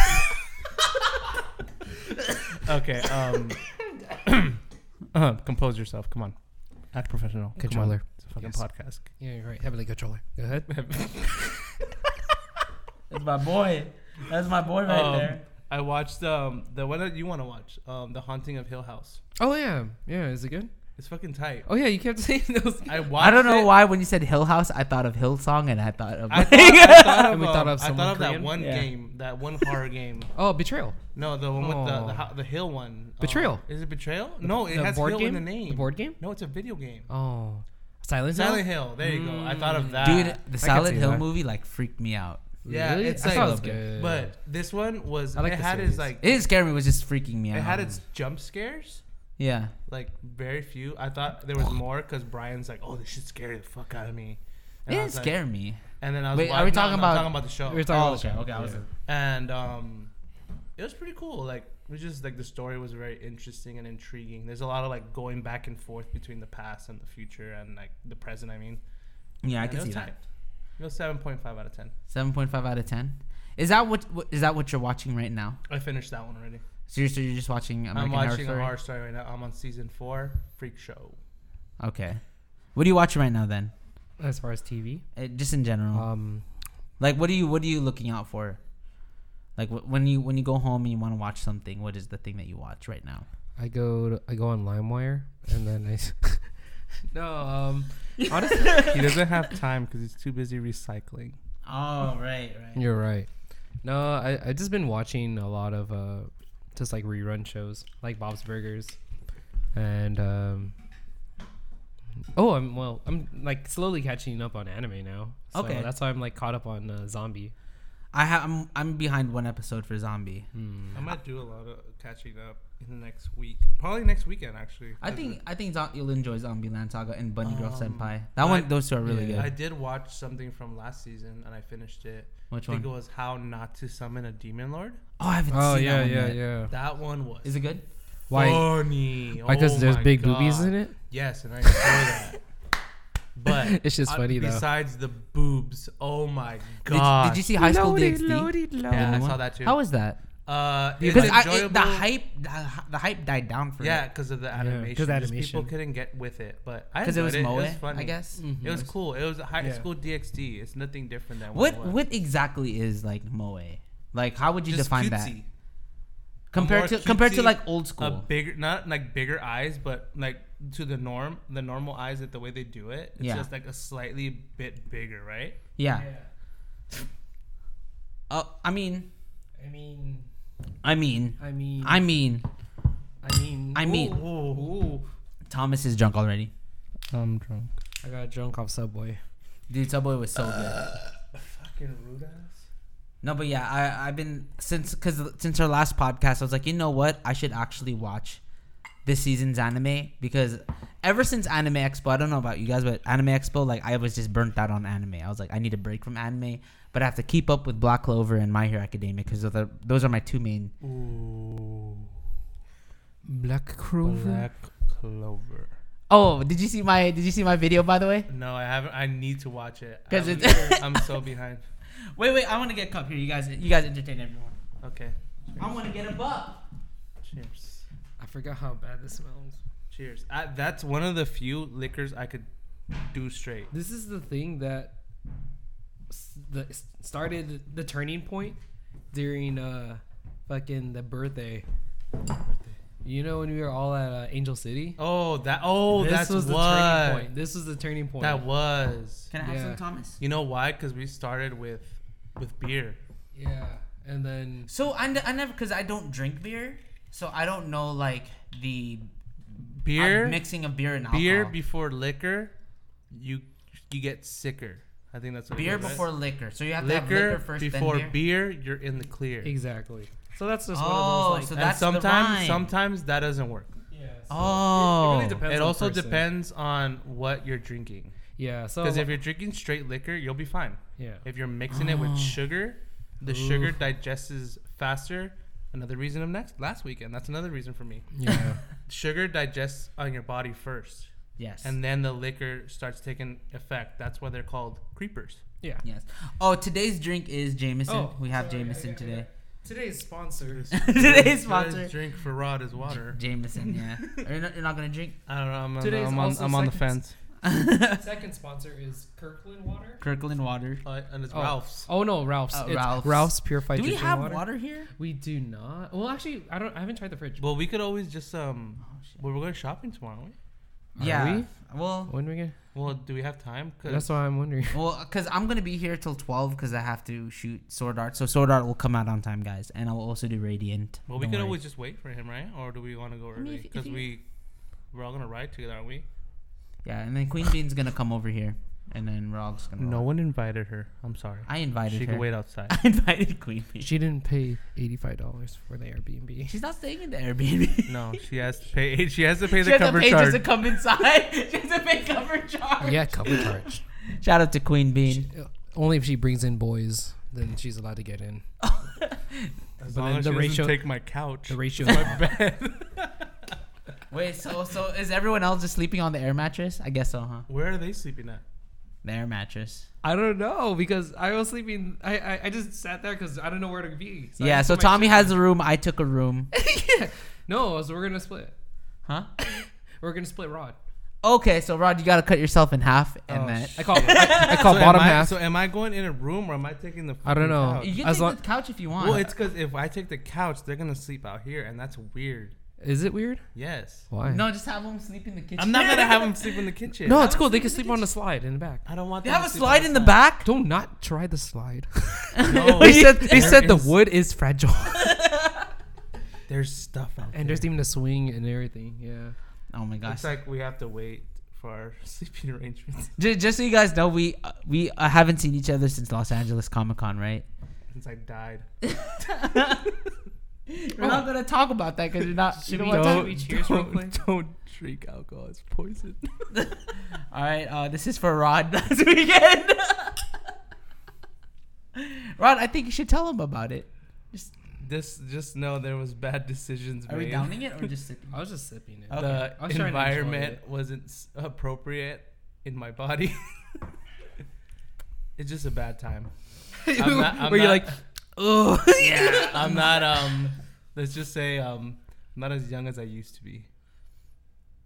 C: Okay. Um, uh, compose yourself. Come on. Act professional. Come on.
A: Controller.
C: It's a fucking
A: Yes.
C: podcast.
A: Yeah, you're right. Heavenly controller. Go ahead.
B: That's my boy. That's my boy right
C: Um,
B: there.
C: I watched um, the one that you want to watch, um, The Haunting of Hill House.
A: Oh yeah, yeah. Is it good?
C: It's fucking tight.
A: Oh yeah, you kept saying those.
C: I watched.
B: I don't know
C: it.
B: why when you said Hill House, I thought of Hillsong and I thought of.
C: I thought, I thought of,
A: And we
C: um,
A: thought of
C: I
A: someone
C: thought of that
A: Korean?
C: one
B: Yeah.
C: game, that one horror game.
A: Oh, betrayal.
C: No, the one with the the,
A: Oh.
C: ho- the hill one. Um,
A: Betrayal.
C: is it betrayal? No, Oh, it
A: the
C: has
A: board
C: hill in
A: game?
C: the name.
A: The board game?
C: No, it's a video game.
A: Oh, Silent Hill.
C: Silent Hill. There you go. I thought of that.
B: Dude, the Silent
A: see
B: Hill
A: that.
B: movie like freaked me out.
C: yeah,
A: Really?
C: it's
A: I
C: like,
A: thought it was good.
C: but this one was.
A: I like
C: it
A: the
C: had
A: series.
C: its like.
B: It didn't scare me. It was just freaking me out.
C: It had its jump scares,
B: yeah.
C: like very few. I thought there was more because Brian's like, "Oh, this shit scared the fuck out of me."
B: It
C: And I
B: didn't
C: was like-
B: scare me.
C: And then I was,
B: Wait,
C: wa-
B: are we
C: no,
B: talking
C: no, I'm
B: about-
C: talking about
A: We were
C: the show?
A: talking
B: Oh,
A: about the
B: okay,
A: show.
B: okay, I was-
C: And um, it was pretty cool. Like it was just like the story was very interesting and intriguing. There's a lot of like going back and forth between the past and the future and like the present. I mean,
B: Yeah, I
C: And
B: can
C: it was
B: see
C: tight.
B: that.
C: It was seven point five out of ten.
B: Seven point five out of ten. Is that what, what is that what you're watching right now?
C: I finished that one already.
B: Seriously, you're just watching American
C: I'm watching
B: Horror
C: a
B: Story.
C: horror story right now. I'm on season four, Freak Show.
B: Okay. What are you watching right now then?
A: As far as TV,
B: Uh, just in
C: Oh.
B: general.
A: um,
B: Like, what are you what are you looking out for? Like wh- when you when you go home and you want to watch something, what is the thing that you watch right now?
A: I go to, I go on LimeWire and then I. s- no, um, honestly,
C: he doesn't have time because he's too busy recycling.
B: Oh right, right.
A: you're right. No, I I just been watching a lot of uh, just like rerun shows like Bob's Burgers, and um. Oh, I'm well. I'm like slowly catching up on anime now. So
B: Okay.
A: that's why I'm like caught up on uh, zombie.
B: I have I'm, I'm behind one episode for Zombie.
C: I might do a lot of catching up in the next week. Probably next weekend, actually.
B: I think I think Zo- you'll enjoy Zombie Land Saga and Bunny Girl
C: Um,
B: Senpai. That
C: I-
B: one, those two are really
A: yeah.
C: I
B: good.
C: did watch something from last season and I finished it.
B: Which
C: I think
B: one?
C: it was How Not to Summon a Demon Lord.
B: Oh, I haven't
A: Oh
B: seen that
A: yeah,
B: one
A: yeah,
B: yet.
A: yeah.
C: That one was
B: Is it good?
A: Why?
C: funny.
A: Because
C: Oh
A: there's
C: my
A: big boobies
C: God.
A: in it.
C: Yes, and I enjoy that. But
A: It's just
C: uh,
A: funny, though.
C: Besides the boobs, oh my
B: Did,
C: god!
B: did you see High School
A: Loaded,
B: DxD?
A: loaded, loaded.
C: Yeah, I
B: Anyone?
C: saw that too.
B: How was that?
C: uh, it's
B: Because I, it,
C: enjoyable.
B: the hype, the, hy- the hype died down for
C: Yeah,
B: it.
C: because of the
A: 'cause
C: animation. Just people
A: animation.
C: couldn't get with it, but I
B: because it was
C: enjoyed
B: moe,
C: It was funny. Mm.
B: I guess. Mm-hmm.
C: It was cool. It was a high
A: Yeah.
C: school DxD. It's nothing different than
B: What
C: was.
B: what exactly is like moe? Like, how would you
C: Just
B: define
C: cutesy.
B: that? compared
C: more
B: to compared to
C: cutesy,
B: like old
C: a
B: school.
C: bigger not like bigger eyes but like to the norm the normal eyes that the way they do it it's
B: Yeah.
C: just like a slightly bit bigger right
B: yeah. Uh, I mean,
A: I mean,
B: I mean,
A: I mean,
B: I mean,
A: I mean,
B: I mean.
C: Ooh.
B: Thomas is drunk already.
A: I'm drunk. I got drunk off Subway.
B: Dude, Subway was so good.
C: fucking rude ass
B: No, but yeah, I I've been since because since our last podcast, I was like, you know what, I should actually watch this season's anime because ever since Anime Expo, I don't know about you guys, but Anime Expo, like I was just burnt out on anime. I was like, I need a break from anime, but I have to keep up with Black Clover and My Hero Academia because those are my two main.
C: Ooh.
A: Black Clover.
C: black clover
B: Oh, did you see my did you see my video by the way?
C: no i haven't i need to watch it
B: 'Cause
C: I'm-
B: it's-
C: i'm so behind
B: Wait, wait, I want to get cup here. You guys, you guys entertain everyone.
C: okay
B: I want to get a buck.
C: cheers
A: I forgot how bad this smells.
C: cheers I, that's one of the few liquors i could do straight
A: This is the thing that s- the, s- started the turning point during uh fucking the birthday. You know when we were all at uh, Angel City.
C: oh that oh
A: this
C: that's
A: was the
C: what
A: turning point. This was the turning point.
C: that was
B: Can I have
A: Yeah.
B: some Thomas?
C: You know why? Because we started with with beer.
A: yeah, and then
B: So I, ne- I never because I don't drink beer, so I don't know like the uh,
C: Beer,
B: mixing of beer and alcohol.
C: beer before liquor, you you get sicker. I think that's what it
B: beer
C: is, right?
B: before liquor. So you have to have
C: liquor,
B: liquor first
C: before
B: then beer.
C: beer. you're in the clear.
A: exactly. So that's just
B: Oh,
A: one of those. Like,
B: so
C: And
B: that's the
C: sometimes
B: rhyme.
C: sometimes that doesn't work.
A: yeah, so
B: Oh.
A: depends
C: it
A: on
C: also
A: person.
C: depends on what you're drinking.
A: Yeah. So
C: Because if you're drinking straight liquor, you'll be fine.
A: yeah.
C: If you're mixing it with sugar, the sugar digests faster. Another reason of next last weekend. That's another reason for me.
A: Yeah.
C: Sugar digests on your body first.
B: yes.
C: and then the liquor starts taking effect. That's why they're called creepers.
A: yeah.
B: yes. Oh, today's drink is Jameson.
A: Oh,
B: we have
A: sorry, I
B: Jameson
A: got- I
B: today.
A: got- Today's sponsor.
B: today's sponsor.
C: Drink for Rod is water.
B: Jameson. Yeah. Are you not, you're not gonna drink?
C: I don't know. I'm, on-
A: Today's
C: I'm on.
A: also
C: I'm on the
A: second-
C: fence.
A: Second sponsor is Kirkland Water.
B: Kirkland water.
C: Uh, and it's
A: Oh.
C: Ralph's.
A: Oh no, Ralph's.
B: Uh,
A: It's
B: Ralph's.
A: Ralph's purified
B: Do we
A: drinking
B: have
A: water.
B: water, here?
A: We do not. Well, actually, I don't. I haven't tried the fridge.
C: Well, we could always just um.
B: Oh shit.
C: Well, we're going shopping tomorrow. Aren't
A: Are
B: yeah.
A: we?
B: Well.
A: when we get?
C: we? Well, do we have time? Cause
A: That's why I'm wondering.
B: Well, because I'm gonna be here till twelve because I have to shoot Sword Art, so Sword Art will come out on time, guys, and I will also do Radiant.
C: well, we
B: Don't
C: could
B: worry.
C: always just wait for him, right? Or do we want to go
E: mean,
C: early?
E: if- if
C: Because
E: you-
C: we we're all gonna ride together, aren't we?
B: Yeah, and then Queen Bean's gonna come over here, and then we're all just gonna. roll.
C: one invited her. I'm sorry.
B: I invited
C: she
B: her.
C: could wait outside.
B: I invited Queen Bean.
A: She didn't pay eighty five dollars for the Airbnb.
B: She's not staying in the Airbnb.
C: no, she has to pay. She has to pay
B: she
C: the
B: has to
C: cover
B: pay
C: charge.
B: just to come inside. she has to pay cover charge.
A: yeah, cover charge.
B: Shout out to Queen Bean.
A: Uh, Only if she brings in boys, then she's allowed to get in. But then
C: As long as
A: the
C: she doesn't
A: ratio-
C: take my couch.
A: The ratio.
C: my bed.
B: Wait, so so is everyone else just sleeping on the air mattress? I guess so, huh?
C: Where are they sleeping at?
B: The air mattress.
A: I don't know because I was sleeping. I I, I just sat there because I don't know where to be. I
B: yeah.
A: just
B: So
A: put my
B: Tommy
A: shit-
B: has a room. I took a room.
A: No, so we're gonna split.
B: huh?
A: We're gonna split Rod.
B: Okay, so Rod, you gotta cut yourself in half, and
A: Oh,
B: then
A: I call I, I call
C: So
A: bottom
C: am I,
A: half.
C: So am I going in a room or am I taking the?
A: I don't
C: fucking
A: know.
C: couch?
B: you can
A: As
B: take
A: long-
B: the couch if you want.
C: Well, it's because if I take the couch, they're gonna sleep out here, and that's weird.
A: Is it weird?
C: Yes.
A: Why?
B: no, just have them sleep in the kitchen.
C: I'm not gonna have them sleep in the kitchen.
A: No, it's cool. They can sleep on the slide in the back.
C: I don't want.
B: They
C: them
B: have a
C: to sleep on
B: slide in the back.
A: Don't not try the slide.
C: No,
A: they said they
C: there
A: said the
C: is-
A: wood is fragile,
C: There's stuff out
A: and
C: there.
A: there's even a swing and everything. Yeah.
B: Oh my gosh.
C: It's like we have to wait for our sleeping arrangements
B: Ju- Just so you guys know, we uh, we uh, haven't seen each other since Los Angeles Comic Con, right?
C: since I died.
B: We're not gonna talk about that because you're not. you
A: Should
B: know
A: we
B: what?
A: Don't- we cheers real don't- quick?
C: don't drink alcohol; it's poison.
B: All right, uh, this is for Rod last weekend. Rod, I think you should tell him about it.
C: This just know there was bad decisions made.
B: it or just sipping?
A: I was just sipping it.
B: Okay.
C: the
A: I was trying to enjoy
C: environment
A: it.
C: wasn't s- appropriate in my body. it's just a bad time. I'm not- I'm
A: Where you're
C: not-
A: like, oh
C: Yeah, I'm not. Um, let's just say um, I'm not as young as I used to be.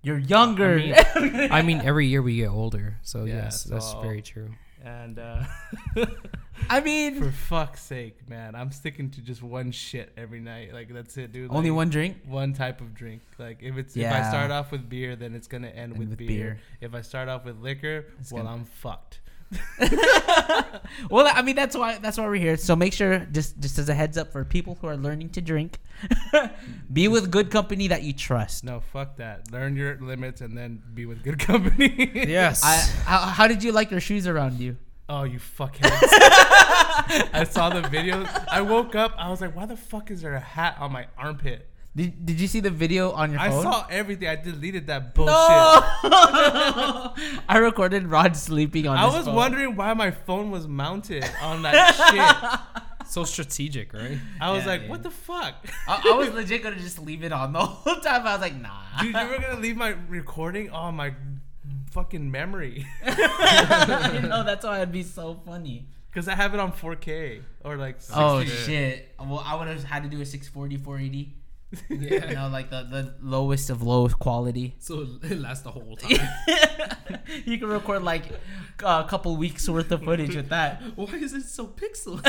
B: You're younger.
A: I mean, every year we get older, so
C: Yeah,
A: yes, that's
C: so-
A: very true.
C: And uh,
B: I mean,
C: for fuck's sake, man, I'm sticking to just one shit every night. Like that's it, dude.
B: only
C: Like,
B: one drink.
C: one type of drink. Like if it's if I
B: Yeah.
C: start off with beer, then it's gonna end
B: And
C: with,
B: with
C: beer.
B: beer.
C: If I start off with liquor,
B: It's
C: well,
B: gonna-
C: I'm fucked.
B: Well, I mean that's why that's why we're here. So make sure just just as a heads up for people who are learning to drink, be with good company that you trust.
C: No, fuck that. Learn your limits and then be with good company.
A: Yes.
B: I, how, how did you like your shoes around you?
C: Oh, you fuckhead. I saw the videos. I woke up. I was like, why the fuck is there a hat on my armpit?
B: Did, did you see the video on your
C: I
B: phone?
C: saw everything. I deleted that bullshit.
B: No! I recorded Rod sleeping on.
C: I
B: his
C: was
B: phone.
C: wondering why my phone was mounted on that
A: so strategic, right?
C: shit. I was
B: Yeah,
C: like,
B: dude.
C: what the fuck?
B: I, I was legit gonna just leave it on the whole time. I was like, nah.
C: Dude, you were gonna leave my recording on my fucking memory.
B: you know that's why it'd be so funny.
C: Because I have it on 4K or like 60.
B: Oh shit! Well, I would have had to do a 640, 480. You know, like the, the lowest of low quality.
A: So it lasts the whole time.
B: you can record like a couple weeks worth of footage with that.
A: Why is it so pixel?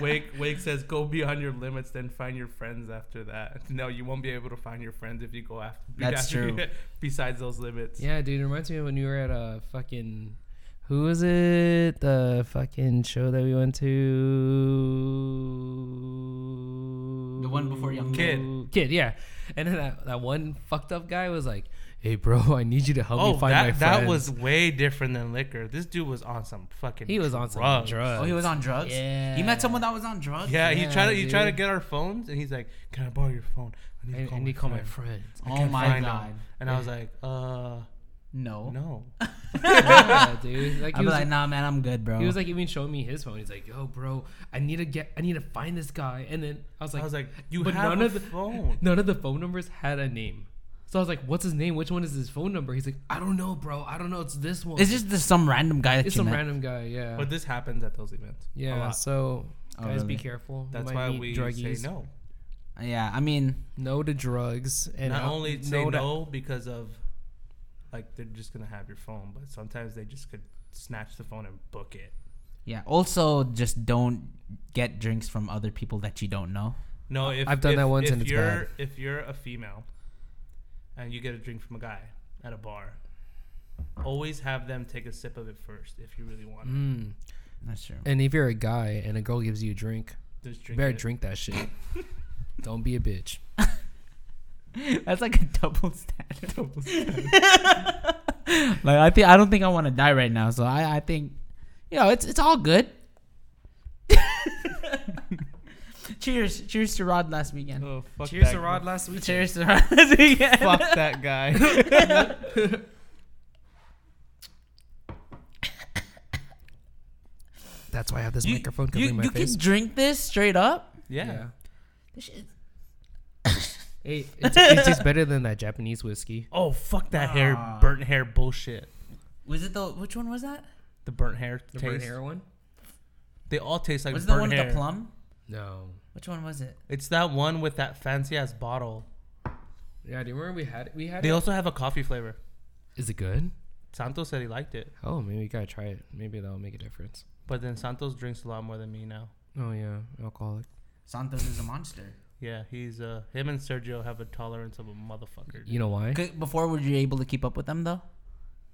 C: Wake Wake says, go beyond your limits, then find your friends after that. No, you won't be able to find your friends if you go after.
B: That's true.
C: besides those limits.
A: yeah, dude. It reminds me of when we were at a fucking. Who was it? The fucking show that we went to.
B: The one before Young
C: Kid.
A: Kid, yeah. And then that, that one fucked up guy was like, "Hey, bro, I need you to help
C: Oh,
A: me find my friends."
C: that, that was way different than liquor. This dude was on some fucking.
A: He was on some
C: drugs.
A: drugs.
B: Oh, he was on drugs.
A: Yeah.
B: You met someone that was on drugs.
C: Yeah, he
A: Yeah,
C: tried to he tried to
A: dude.
C: get our phones, and he's like, "Can I borrow your phone? I
A: I, I need to call my friends.
C: I
B: Oh
C: can't
B: my
C: find him."
B: god.
C: And I was like, "Uh,
B: No.
C: no."
A: yeah, dude. Like
B: I'd
A: he
B: be
A: was,
B: like, nah, man, I'm good, bro.
A: he was like even showing me his phone. He's like, "Yo, bro, I need to get, I need to find this guy." And then I was like,
C: I was like, "You
A: but
C: have
A: none
C: a
A: of the-
C: phone."
A: None of the phone numbers had a name. So I was like, what's his name? Which one is his phone number? He's like, I don't know, bro. I don't know. It's this one.
B: it's just this, some random guy that
A: it's
B: you
A: some
B: met.
A: random guy. Yeah.
C: But this happens at those events. a
A: yeah.
C: lot.
A: So
B: Oh,
A: guys,
B: really?
A: be careful. You
C: That's
A: might
C: why
A: meet
C: we say no.
B: Yeah, I mean,
A: No to drugs. And
C: Not
A: al-
C: only say no,
A: to-
C: because of like they're just gonna have your phone, but sometimes they just could snatch the phone and book it.
B: yeah. Also, just don't get drinks from other people that you don't know.
C: No, if
A: I've done
C: if-
A: that once
C: if
A: and it's
C: you're,
A: bad.
C: If you're a female and you get a drink from a guy at a bar, always have them take a sip of it first if you really want. it.
A: Mm.
B: That's true.
A: And if you're a guy and a girl gives you a drink,
C: Just
A: you
C: drink
A: better
C: it.
A: drink that shit. don't be a bitch.
B: That's like a double standard. like I think I don't think I want to die right now, so I I think you know it's it's all good. cheers, cheers to Rod last weekend.
C: Oh, fuck
A: Cheers
C: that
A: to
C: guy.
A: Rod last week.
B: Cheers to Rod last weekend.
C: Fuck that guy.
A: That's why I have this
B: You,
A: microphone
B: you,
A: covering my
B: you
A: face.
B: can drink this straight up.
C: yeah.
B: This shit-
A: Hey, it, t- it tastes better than that Japanese whiskey.
C: Oh, fuck that hair,
B: Ah.
C: burnt hair bullshit.
B: Was it the which one was that?
C: The burnt hair
A: The
C: taste.
A: burnt hair one?
C: They all taste like
B: was it the
C: burnt
B: one
C: hair.
B: with the plum?
A: No.
B: Which one was it?
C: It's that one with that fancy ass bottle.
A: Yeah, do you remember we had we had
C: They also have a coffee flavor.
A: Is it good?
C: Santos said he liked it,
A: Oh, maybe we gotta try it. Maybe that'll make a difference.
C: but then Santos drinks a lot more than me now.
A: Oh yeah, alcoholic.
B: Santos is a monster.
C: Yeah, he's uh him and Sergio have a tolerance of a motherfucker.
A: You know why?
B: C- Before, were you able to keep up with them though?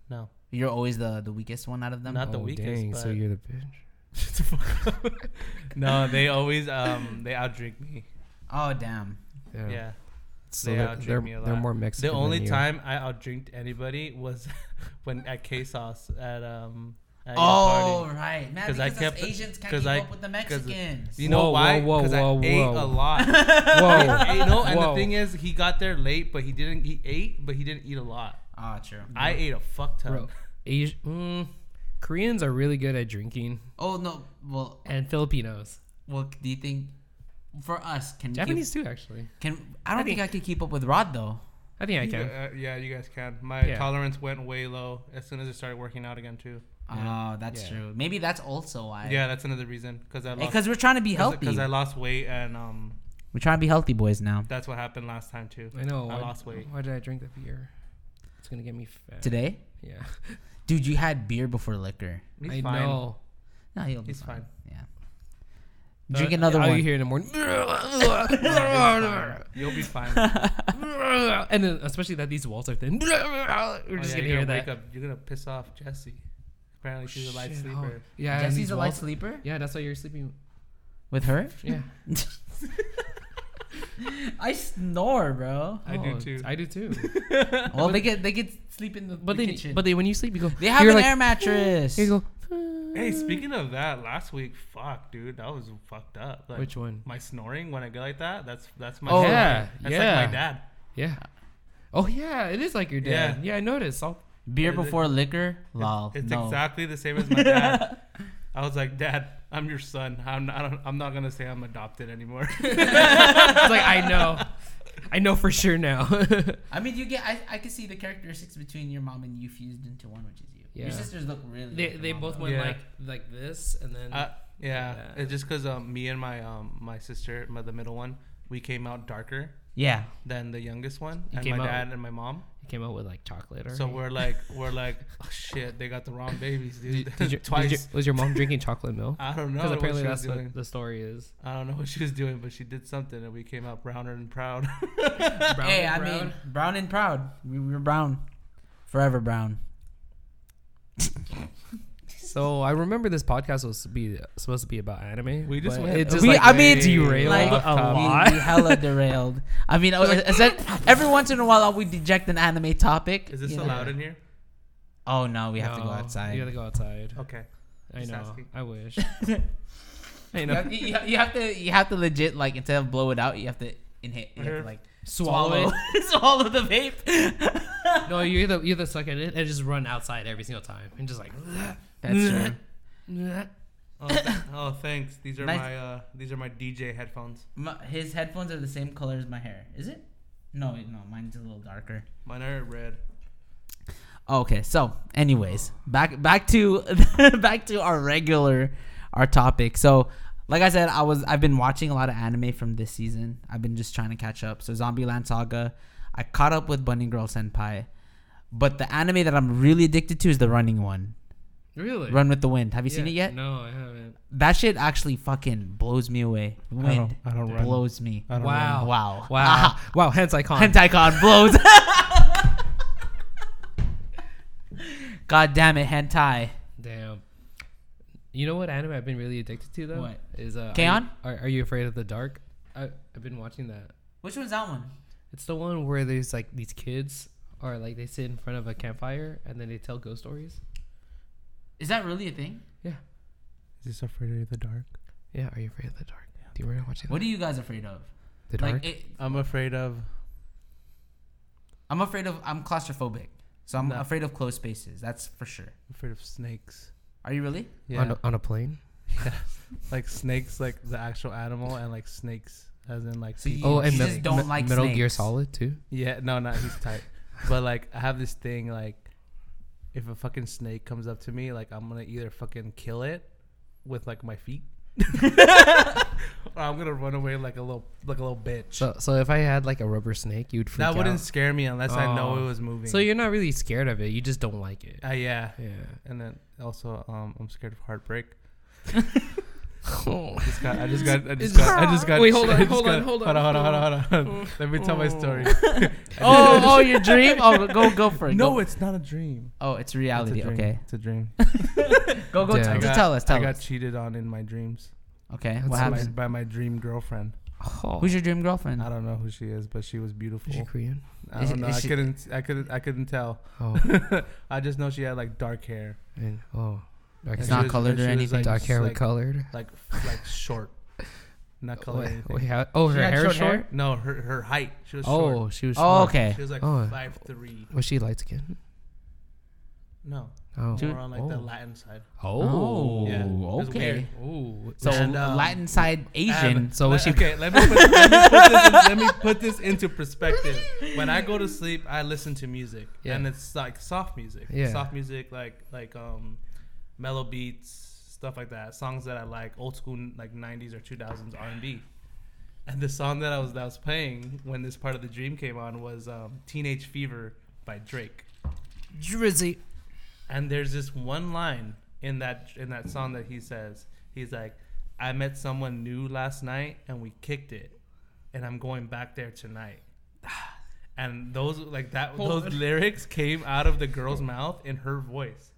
C: No,
B: You're always the the weakest one out of them.
C: Not- the
A: oh,
C: weakest,
A: dang, so
C: but-
A: you're the bitch.
C: Shut the fuck up. no, they always um they outdrink me.
B: oh damn.
A: Yeah.
C: Yeah,
A: So
C: they
A: they're,
C: outdrink
A: they're,
C: me a
A: they're
C: lot.
A: more Mexican.
C: the
A: than
C: only
A: you.
C: time I outdrinked anybody was when at K Sauce at um. At your
B: Oh
C: party.
B: right, man.
C: 'Cause
B: Because
C: I
B: us
C: kept-
B: Asians can't
C: 'cause
B: keep
C: I-
B: up with the
C: 'cause of-
B: Mexicans.
C: You know
A: Whoa,
C: why?
A: whoa, whoa,
C: Because I
A: whoa,
C: ate
A: whoa.
C: a lot.
A: Whoa.
C: I ate- no, and the
A: Whoa.
C: thing is, he got there late, but he didn't. He ate, but he didn't eat a lot.
B: Ah, true.
C: I ate a fuck ton.
A: Bro, Um, Asi- mm, Koreans are really good at drinking,
B: oh no. Well,
A: and Filipinos,
B: well. Do you think for us can we
A: Japanese too, actually.
B: Keep, can I don't
A: I
B: think,
A: think-
B: I could keep up with Rod though.
A: I think I
C: You
A: can.
C: gu- uh, yeah, you guys can. My
A: Yeah.
C: tolerance went way low as soon as I started working out again too.
B: Oh, that's
A: Yeah.
B: true. Maybe that's also why.
C: yeah, that's another reason because I lost
B: Because we're trying to be healthy.
C: because I lost weight and um
B: we're trying to be healthy boys now.
C: that's what happened last time too.
A: I know.
C: I
A: why-
C: lost weight.
A: Why did I drink the beer? It's gonna get me fat.
B: Today,
A: Yeah.
B: Dude, you had beer before liquor.
C: He's
A: I
C: fine.
A: know.
B: No, he'll be
C: He's fine.
B: Yeah. Drink another
A: all
B: one.
A: Uh, you hear in the morning.
C: Yeah, You'll be fine. Oh, You're
A: and then, especially that these walls are thin. We're
C: Oh,
A: just gonna
C: you're
A: hear
C: gonna
A: that.
C: wake up. You're gonna piss off Jesse. Apparently she's a light
A: Shit, oh.
C: sleeper.
A: Yeah, and
B: Jesse's
A: these
B: a light
A: walls-
B: sleeper
A: Yeah, that's why you're sleeping.
B: with her.
A: Yeah,
B: I snore, bro.
C: I do
A: Oh,
C: too.
A: I do too.
B: Well, they get they get sleep in the,
A: But
B: the
A: then,
B: kitchen.
A: but then when you sleep, you go.
B: they have
A: you're
B: an
A: like,
B: air mattress.
A: Here you
C: Hey, speaking of that, last week, fuck, dude, that was fucked up.
A: go.
C: Like,
A: Which one?
C: My snoring when I get like that. That's that's my.
A: Oh,
C: dad.
A: yeah,
C: That's
A: yeah.
C: like my dad.
A: Yeah. Oh yeah, it is like your dad. Yeah,
C: Yeah.
A: I noticed. I'll,
B: Beer
C: Is it-
B: before liquor.
C: It's-
B: Lol.
C: It's
B: Oh, no.
C: exactly the same as my dad. I was like, Dad, I'm your son. I'm not, I don't, I'm not gonna say I'm adopted anymore.
A: it's like I know, I know for sure now.
B: I mean, you get. I, I can see the characteristics between your mom and you fused into one, which is you.
A: Yeah.
B: Your sisters look really.
A: they
B: like your
A: they
B: mom,
A: both
B: though.
A: went
C: Yeah.
A: like like this, and then
C: Uh, yeah,
A: Yeah.
C: it's just because um, me and my um, my sister, my, the middle one, we came out darker
B: Yeah.
C: than the youngest one,
A: You
C: and
A: came
C: my
A: out-
C: dad and my mom.
A: he came out with like chocolate. Or
C: So we're like, we're like, oh, shit, they got the wrong babies, dude.
A: did, did your,
C: Twice.
A: Did your, was your mom drinking chocolate milk?
C: I don't know
A: Because
C: what
A: apparently
C: she
A: that's
C: was doing.
A: what the story is.
C: I don't know what she was doing, but she did something, and we came out browner and proud.
A: Brown
B: hey,
A: and
B: I
A: brown.
B: mean, brown and proud. We were brown, forever brown.
A: so I remember this podcast was to be supposed to be about anime.
C: We just
A: but
C: went
A: it just
B: We-
A: like,
B: I mean,
A: way derailed
B: like,
A: off
C: a
A: topic.
B: We,
A: lot.
B: we hella derailed. I mean, uh, is that- every once in a while we deject an anime topic.
C: Is this
B: you know?
C: allowed in here?
B: Oh no, we have to go
A: No,
B: outside.
A: You have to go outside.
C: Okay.
A: I
C: Oh, just
A: know.
C: asking.
A: I wish. I
B: You
A: know.
B: have- you, you have to you have to legit like instead of blow it out, you have to inhale, you have to, like swallow
A: Mhm. Swallow.
B: swallow the vape.
A: no, you either you either suck at it and just run outside every single time and just like.
B: That's true.
C: Oh, th- oh, thanks. These are
B: Nice.
C: my uh, these are my DJ headphones.
B: My, his headphones are the same color as my hair. Is it? No, wait, no, mine's a little darker.
C: Mine are red.
B: Okay, so anyways, back back to back to our regular our topic. So, like I said, I was I've been watching a lot of anime from this season. I've been just trying to catch up. So, Zombieland Saga, I caught up with Bunny Girl Senpai. But the anime that I'm really addicted to is the running one.
A: Really?
B: Run with the Wind. Have you seen it
A: Yeah.
B: yet?
A: No, I haven't.
B: That shit actually fucking blows me away. Wind
C: I don't run.
B: blows me.
C: I don't
A: Wow.
B: Wow.
A: Wow. Ah. wow. Hence icon.
B: Hentai-con blows. God damn it, hentai.
A: Damn. You know what anime I've been really addicted to though?
B: What?
A: is uh?
B: K-On?
A: Are, you- are, are you afraid of the dark? I I've been watching that.
B: Which one's that one?
A: It's the one where there's like these kids or like they sit in front of a campfire and then they tell ghost stories.
B: Is that really a thing?
C: Is this Afraid of the Dark?
A: Yeah. Are you afraid of the dark? Do you remember watching
B: What are you guys afraid of?
A: the
B: Like, it,
C: I'm afraid of.
B: I'm afraid of. I'm claustrophobic, so I'm
C: No.
B: afraid of closed spaces. That's for sure.
C: Afraid of snakes.
B: Are you really?
C: Yeah.
A: on, a, on a plane?
C: like snakes, like the actual animal, and like snakes, as in like.
B: So you-
C: people.
A: Oh, and
B: just
A: Mel-
B: don't
A: Me-
B: like
A: Metal Gear
B: snakes.
A: Solid too.
C: yeah, no, not he's tight. but like, I have this thing like, if a fucking snake comes up to me, like I'm gonna either fucking kill it with like my feet, or I'm gonna run away like a little like a little bitch.
A: So so if I had like a rubber snake, you'd freak
C: that
A: out.
C: wouldn't scare me unless I know
A: Oh.
C: it was moving.
A: So you're not really scared of it. You just don't like it.
C: Uh, yeah.
A: Yeah.
C: And then also, um, I'm scared of heartbreak.
B: Oh.
C: Just got, I just got, I just got, I just got.
A: Wait, hold on,
C: I just
A: hold on,
C: got-
A: hold on, Mm.
C: hold on, hold on, hold on, hold on. Let me tell my story.
B: oh, oh, your dream? Oh, go, go for it.
C: no,
B: Mm. go.
C: it's not a dream.
B: oh, it's
C: It's a
B: reality.
C: dream.
B: Okay,
C: it's a dream.
B: go, go.
A: Yeah.
B: t-
A: I
B: just
C: got-
B: tell us.
C: I
B: Tell
C: got
B: us.
C: cheated on in my dreams
B: Okay,
A: That's
B: what
C: by my,
B: happened?
C: by my dream girlfriend.
A: Oh.
B: Who's your dream girlfriend?
C: I don't know who she is, but she was beautiful.
A: Is she Korean?
C: I
B: Is-
C: don't know.
B: is
C: I
B: she-
C: couldn't, I couldn't, I couldn't tell.
A: Oh.
C: I just know she had like dark hair.
A: And oh, dark
C: And
B: It's
C: she
A: hair.
B: not
C: was-
B: colored
C: and
B: or
C: she was,
B: anything.
C: like,
A: dark hair
C: like,
A: with colored.
C: like like short, not colored. or
A: Wait,
C: anything.
A: wait, how- oh,
B: She
A: her
B: had
A: hair
B: short
A: is short.
B: hair?
C: No, her her height. She was
A: oh,
C: short.
A: she was.
B: Oh,
A: Short.
B: okay.
C: She was like
A: Oh.
C: five three.
A: Was she light skinned?
C: No,
A: Oh.
C: more on like the
A: oh.
C: Latin side.
A: Oh.
C: Yeah. It's
B: okay.
C: weird.
A: Ooh.
B: So
C: And, um,
B: Latin side Asian.
C: Um,
A: So
C: le-
A: was she-
C: okay, let me, put, let, me put this in, let me put this into perspective. When I go to sleep, I listen to music,
A: Yeah.
C: and it's like soft music,
A: Yeah.
C: soft music like like um, mellow beats, stuff like that. Songs that I like, old school like '90s or 2000s R and B. And the song that I was that I was playing when this part of the dream came on was um, "Teenage Fever" by Drake.
A: Drizzy.
C: And there's this one line in that in that song that he says. He's like, "I met someone new last night and we kicked it, and I'm going back there tonight." And those like that those lyrics came out of the girl's mouth in her voice,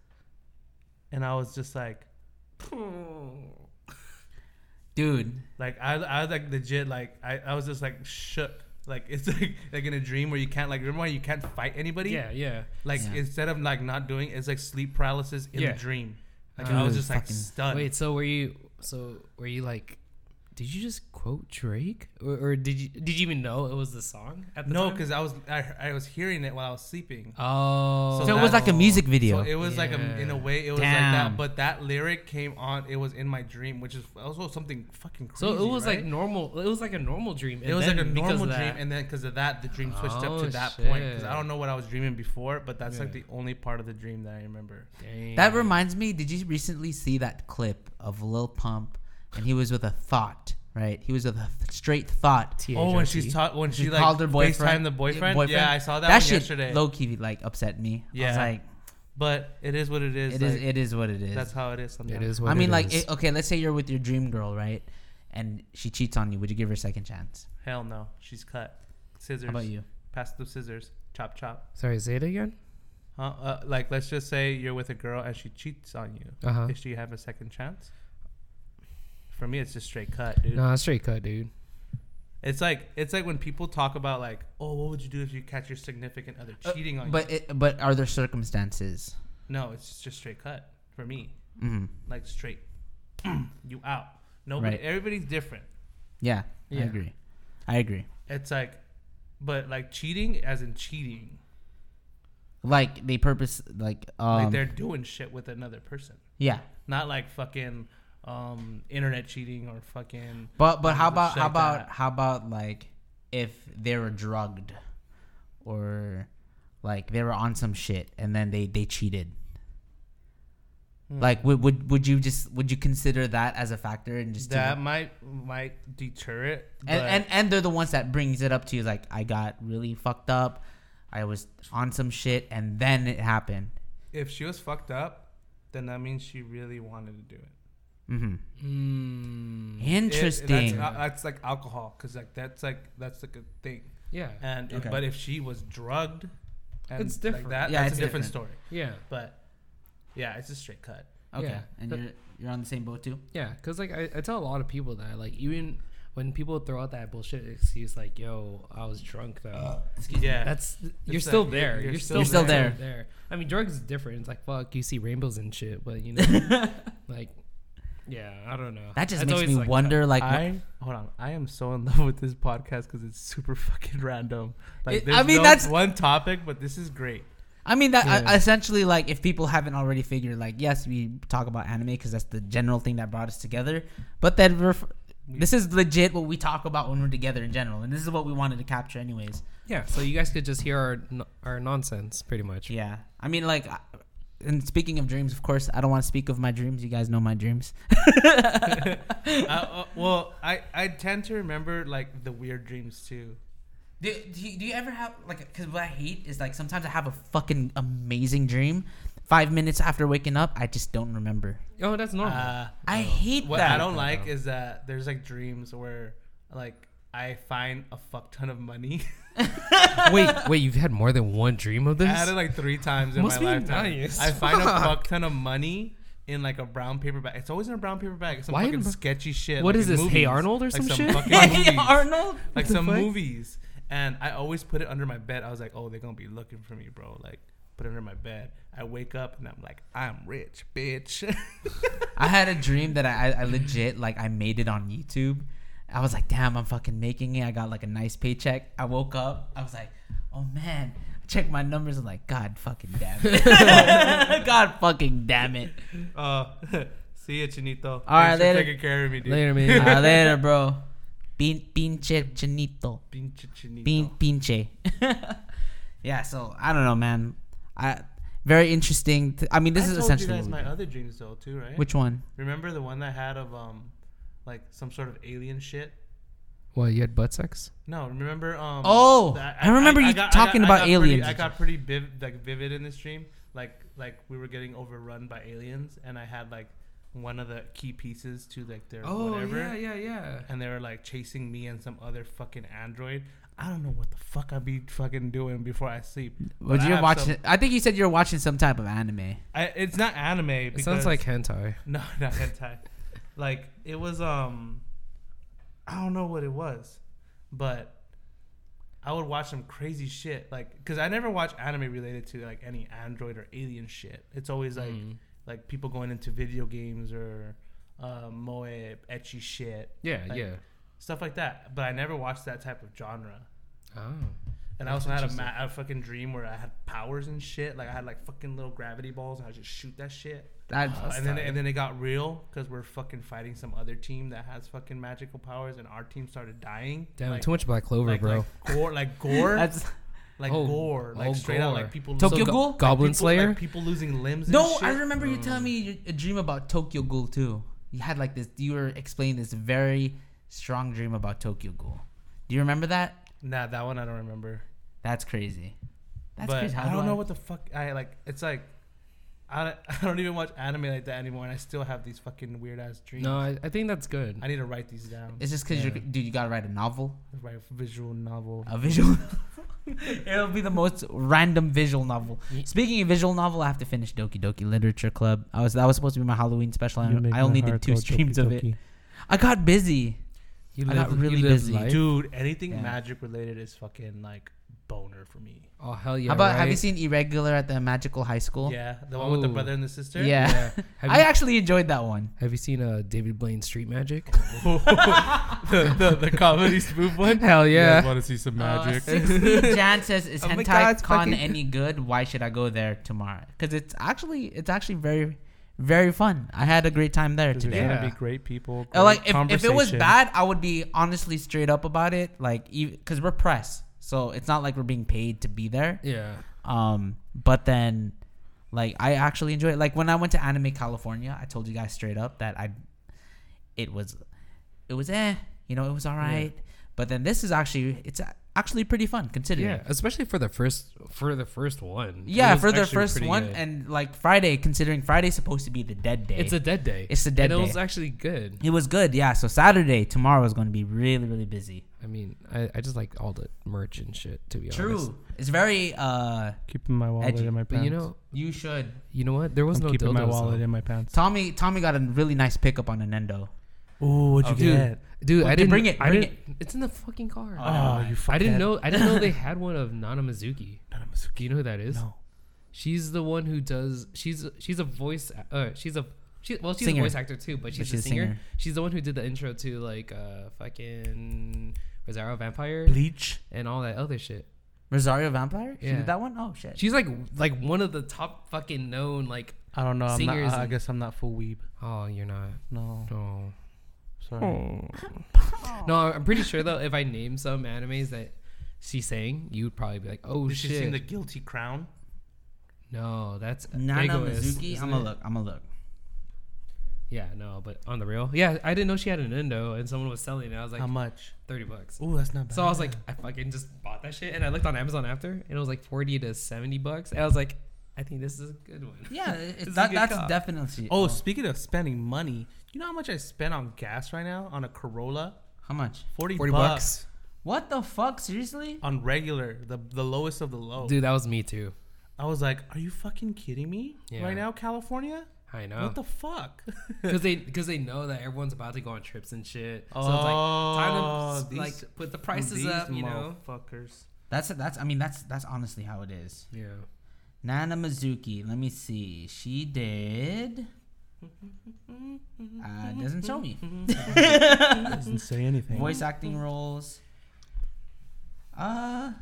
C: and I was just like,
B: dude.
C: like I, I was like legit like I, I was just like shook. Like it's like like in a dream where you can't like remember when you can't fight anybody.
A: Yeah, yeah.
C: Like
B: Yeah.
C: instead of like not doing, it's like sleep paralysis in
A: Yeah.
C: the dream. Like
A: Dude,
C: I was just like
B: fucking-
C: stunned.
A: Wait, so were you? So were you like? Did you just quote Drake, or, or did you did you even know it was the song at the
C: no,
A: time?
C: because I was I, I was hearing it while I was sleeping.
A: oh,
B: So it was like a music video.
C: So it was like a, in a
A: Yeah.
C: way it was like
B: Damn.
C: that, but that lyric came on. It was in my dream, which is also something fucking crazy.
A: So it was like
C: right?
A: normal. It was like a normal dream.
C: it
A: and
C: was like a
A: then because
C: normal
A: of
C: dream,
A: that-
C: and then because of that, the dream switched up
A: Oh,
C: to that point. Because
A: shit.
C: I don't know what I was dreaming before, but that's like
A: Yeah.
C: the only part of the dream that I remember.
A: Dang.
B: That reminds me, did you recently see that clip of Lil Pump and he was with a thought, right? He was with a th- straight thought.
C: Oh, when
A: and
C: she's taught when she,
B: He
C: like
B: called her boyfriend.
C: FaceTime the boyfriend. Yeah, I saw that,
B: That
C: one
B: shit
C: yesterday.
B: low key like upset me. I was
C: Yeah.
B: like,
C: but it is what it is.
B: it is
C: like,
B: it is what it is.
C: That's how it is. Sometimes.
A: It is. What
B: I mean,
A: it
B: like,
A: is.
B: it, okay, let's say you're with your dream girl, right? And she cheats on you. Would you give her a second chance?
C: Hell no. She's cut. Scissors.
B: How about you?
C: Pass the scissors. Chop chop.
A: Sorry, say it again.
C: Huh? Uh, like let's just say you're with a girl and she cheats on you.
A: Uh huh.
C: Does she have a second chance? For me, it's just straight cut, dude.
A: Nah, straight cut, dude.
C: It's like it's like when people talk about like, oh, what would you do if you catch your significant other cheating on
B: Uh,
C: you?
B: But it, but are there circumstances?
C: No, it's just straight cut for me.
B: hmm
C: Like straight, you out. Nobody.
B: Right.
C: Everybody's different.
B: Yeah,
A: Yeah.
B: I agree. I agree.
C: It's like, but like cheating, as in cheating,
B: Like they purpose, like um,
C: like they're doing shit with another person.
B: yeah.
C: not like fucking um, internet cheating or fucking.
B: But but how
C: Shit
B: about how
C: like
B: about
C: that.
B: how about like if they were drugged, or like they were on some shit and then they they cheated.
C: Hmm.
B: Like would, would would you just would you consider that as a factor and just do
C: that might might deter it.
B: and,
C: but-
B: and and they're the ones that brings it up to you like i got really fucked up i was on some shit and then it happened
C: if she was fucked up, then that means she really wanted to do it.
B: hmm
A: Mm,
C: It-
B: interesting
C: that's, uh, that's like alcohol, cause like that's like that's like a thing.
A: yeah.
C: And
B: Okay.
C: but if she was drugged, and
A: It's different.
C: Like that,
B: Yeah,
C: that's
B: it's
C: a different,
B: different.
C: story.
A: Yeah.
C: But yeah, it's a straight cut.
B: okay
A: yeah.
B: and
A: But-
B: you're you're on the same boat too
A: Yeah, because like I, I tell a lot of people that like even when people throw out that bullshit excuse like yo I was drunk though
C: yeah,
A: that's Uh, you're
C: like,
A: still
C: you're-
A: there
C: you're
A: you're,
C: still
A: still,
B: there.
A: there. I mean drugs is different it's like fuck you see rainbows and shit but you know like yeah I don't know
B: that just
A: That's
B: makes
A: always,
B: me
A: like,
B: wonder like wh-
C: uh, I hold on. I am so in love with this podcast because it's super fucking random. Like,
B: It-
C: there's I mean, that's one topic, but this is great.
B: i mean that
A: Yeah.
B: I, essentially like if people haven't already figured like yes we talk about anime because that's the general thing that brought us together but then we're f- this is legit what we talk about when we're together in general and this is what we wanted to capture anyways
A: yeah so you guys could just hear our n- our nonsense pretty much
B: Yeah, I mean, like, I- and speaking of dreams, of course, I don't want to speak of my dreams. You guys know my dreams.
C: I, uh, well, I I tend to remember like the weird dreams too.
B: Do, do, you, do you ever have like? Because what I hate is like sometimes I have a fucking amazing dream. Five minutes after waking up, I just don't remember. Oh.
A: oh that's normal
C: Uh,
B: I hate
C: what
B: that.
C: I don't like is that there's like dreams where like I find a fuck ton of money.
A: wait wait you've had more than one dream of
C: I
A: this
C: had it like three times in
A: Must be
C: my lifetime.
A: nice.
C: I find a
A: Fuck.
C: fuck ton of money. In like a brown paper bag. It's always in a brown paper bag. It's some
A: Why in
C: fucking
A: bro-
C: sketchy shit.
A: What
C: like
A: is
C: in
A: this, Hey Arnold or
C: like
A: some shit?
C: fucking
B: Hey,
C: movies.
B: Arnold.
C: like
A: the
C: some
A: fuck?
C: movies. And I always put it under my bed. I was like, oh, they're gonna be looking for me, bro. Like, put it under my bed. I wake up and I'm like, I'm rich, bitch.
B: I had a dream that I, I- I legit like I made it on YouTube. I was like, damn, I'm fucking making it. I got like a nice paycheck. I woke up. I was like, oh man. I checked my numbers. I'm like, God fucking damn it. God fucking damn it.
C: uh, see ya, Chinito. All
B: right, later.
C: Taking care of me, dude.
A: later man
B: Uh, later, bro. Pin, pinche chinito.
C: Pinche Chinito.
B: Pin, pinche. yeah. So I don't know, man. I very interesting. t- I mean, this
C: I
B: is
C: told
B: essentially
C: you guys
B: what we
C: my
B: do.
C: other dreams though, too, right?
B: which one?
C: remember the one I had of um, like some sort of alien shit.
A: what you had butt sex
C: No, remember um.
B: Oh,
C: that-
B: I remember you talking about
C: pretty-
B: aliens.
C: I got pretty viv- like vivid in this dream. like like we were getting overrun by aliens, and I had like one of the key pieces to like their
A: Oh
C: whatever,
A: yeah, yeah, yeah.
C: and they were like chasing me and some other fucking android. I don't know what the fuck I'd be fucking doing before I sleep.
B: Well,
C: I
B: you're
C: have
B: watching.
C: some-
B: I think you said you're watching some type of anime.
C: I, it's not anime.
A: It sounds like hentai.
C: No, not hentai. like it was um I don't know what it was, but I would watch some crazy shit like cuz I never watch anime related to like any android or alien shit. It's always like
A: Mm.
C: like people going into video games or uh, moe etchy shit
A: Yeah,
C: like-
A: yeah.
C: stuff like that. But I never watched that type of genre.
A: Oh.
C: And I also had a, ma- a fucking dream where I had powers and shit. Like I had like fucking little gravity balls and I just shoot that shit.
B: That's
C: Uh, and then and then it got real because we're fucking fighting some other team that has fucking magical powers, and our team started dying.
A: Damn,
C: like,
A: too much Black Clover,
C: like,
A: bro.
C: Like gore, like gore,
B: that's
C: like
A: Oh,
C: gore, like
A: oh,
C: straight out,
A: gore.
C: like people
B: Tokyo
C: losing-
B: Ghoul?
C: like,
A: Goblin
C: people-
A: Slayer?
C: like, people losing limbs. And
B: no.
C: shit.
B: I remember you telling me you- a dream about Tokyo Ghoul too. You had like this. You were explaining this very strong dream about Tokyo Ghoul. Do you remember that?
C: Nah, that one I don't remember.
B: That's crazy. That's
C: but
B: crazy. How
C: I don't
B: do
C: know what the fuck I like. It's like. I don't, I don't even watch anime like that anymore, and I still have these fucking weird ass dreams.
A: No, I, I think that's good.
C: I need to write these down.
B: It's just because
A: Yeah.
B: you're, dude, you gotta write a novel,
C: write a visual novel.
B: a visual. It'll be the most random visual novel.
A: Ye-
B: Speaking of visual novel, I have to finish Doki Doki Literature Club. I was that was supposed to be my Halloween special. and I only did two streams of it. I got busy.
A: You
B: I got really busy.
A: life?
C: Dude, anything
B: Yeah.
C: magic related is fucking like boner for me.
A: Oh hell yeah!
B: How about have
A: right?
B: you seen Irregular at the Magical High School?
C: Yeah, the one with the
A: Ooh.
C: brother and the sister.
B: Yeah.
A: Yeah. Have
B: I
A: you-
B: actually enjoyed that one.
A: Have you seen uh, David Blaine Street Magic?
C: the, the, the comedy spoof one. Oh,
A: Hell yeah!
C: want to see some
B: Uh, 16 Jan says, "Is
C: Oh my
B: hentai
C: God, it's
B: con
C: fucking-
B: any good? Why should I go there tomorrow? Because it's actually it's actually very, very fun. I had a great time there today.
A: Yeah.
C: be great people.
B: Uh, like
C: great
B: if, if it was
C: conversation.
B: bad, I would be honestly straight up about it. Like because we're press, so it's not like we're being paid to be there.
A: Yeah.
B: Um, but then, like, I actually enjoyed it. Like when I went to Anime California, I told you guys straight up that I, it was, it was eh, you know, it was all right. But then this is actually it's a- actually pretty fun considering.
A: Yeah,
B: Yeah.
A: especially for the first for the first one. It was
B: for their
A: actually
B: first
A: pretty
B: one,
A: good.
B: and like Friday, considering Friday's supposed to be the dead day,
A: it's a dead day.
B: It's a dead
A: and
B: day.
A: It was actually good.
B: it was good, yeah. So Saturday, tomorrow is going to be really, really busy.
A: I mean, I, I just like all the merch and shit. To be honest,
B: True. It's very uh
C: keeping my wallet
B: Edgy.
C: in my pants.
A: But you know,
B: you should.
A: you know what? There was
C: I'm
A: no dildos.
C: keeping my wallet
A: though.
C: in my pants.
B: Tommy Tommy got a really nice pickup on a Nendo.
C: Ooh, what'd you
A: Oh, Dude.
C: get?
A: Dude,
B: Well,
A: I
B: dude,
A: didn't
B: bring it,
A: I
B: bring
A: didn't, It's in the fucking car.
C: Oh, you fucking.
A: I didn't know. I didn't know they had one of Nana Mizuki.
C: Nana Mizuki.
A: Do you know who that is?
C: No.
A: She's the one who does. She's she's a voice. Uh, she's a she. Well, she's
B: Singer.
A: a voice actor too, but she's,
B: she's a
A: a singer.
B: singer.
A: She's the one who did the intro to like uh fucking Rosario Vampire
C: Bleach.
A: and all that other shit.
B: Rosario Vampire? She
A: Yeah.
B: did that one? Oh shit.
A: She's like like one of the top fucking known like.
C: I don't know. I'm not,
A: Singers
C: I
A: and-
C: guess I'm not full weeb.
A: Oh, you're not.
C: No,
A: No.
C: sorry.
A: No, I'm pretty sure though. If I name some animes that she sang, you would probably be like, "Oh
C: Did
A: shit."
C: she sing the Guilty Crown?
A: no, that's
B: Nana
A: Egoist,
B: Mizuki.
A: isn't
B: I'm gonna
A: it?
B: look. I'm gonna look.
A: Yeah, no, but on the real, yeah, I didn't know she had an endo, and someone was selling it. I was like,
C: How much?
A: thirty bucks.
C: Ooh, that's not bad.
A: So I was like, I fucking just bought that shit, and I looked on Amazon after, and it was like forty to seventy bucks. And I was like, I think this is a good one.
B: Yeah,
A: This is
B: it's
A: a
B: that,
A: good
B: that's
A: call.
B: definitely.
C: Oh, speaking of spending money, you know how much I spent on gas right now on a Corolla?
B: how much?
C: 40,
A: forty
C: bucks.
A: bucks.
B: What the fuck? Seriously?
C: on regular, the the lowest of the low.
A: Dude, that was me too.
C: I was like, "Are you fucking kidding me?
A: Yeah.
C: Right now, California?
A: I know,
C: What the fuck?"
A: because they because they know that everyone's about to go on trips and shit. So
C: Oh,
A: it's like time to
C: these-
A: like put the prices
C: These
A: up, you know.
C: motherfuckers.
B: That's that's. I mean, that's that's honestly how it is.
A: Yeah.
B: Nana Mizuki. Let me see. She did. Uh, doesn't show me.
C: Doesn't say anything.
B: Voice acting roles. Uh,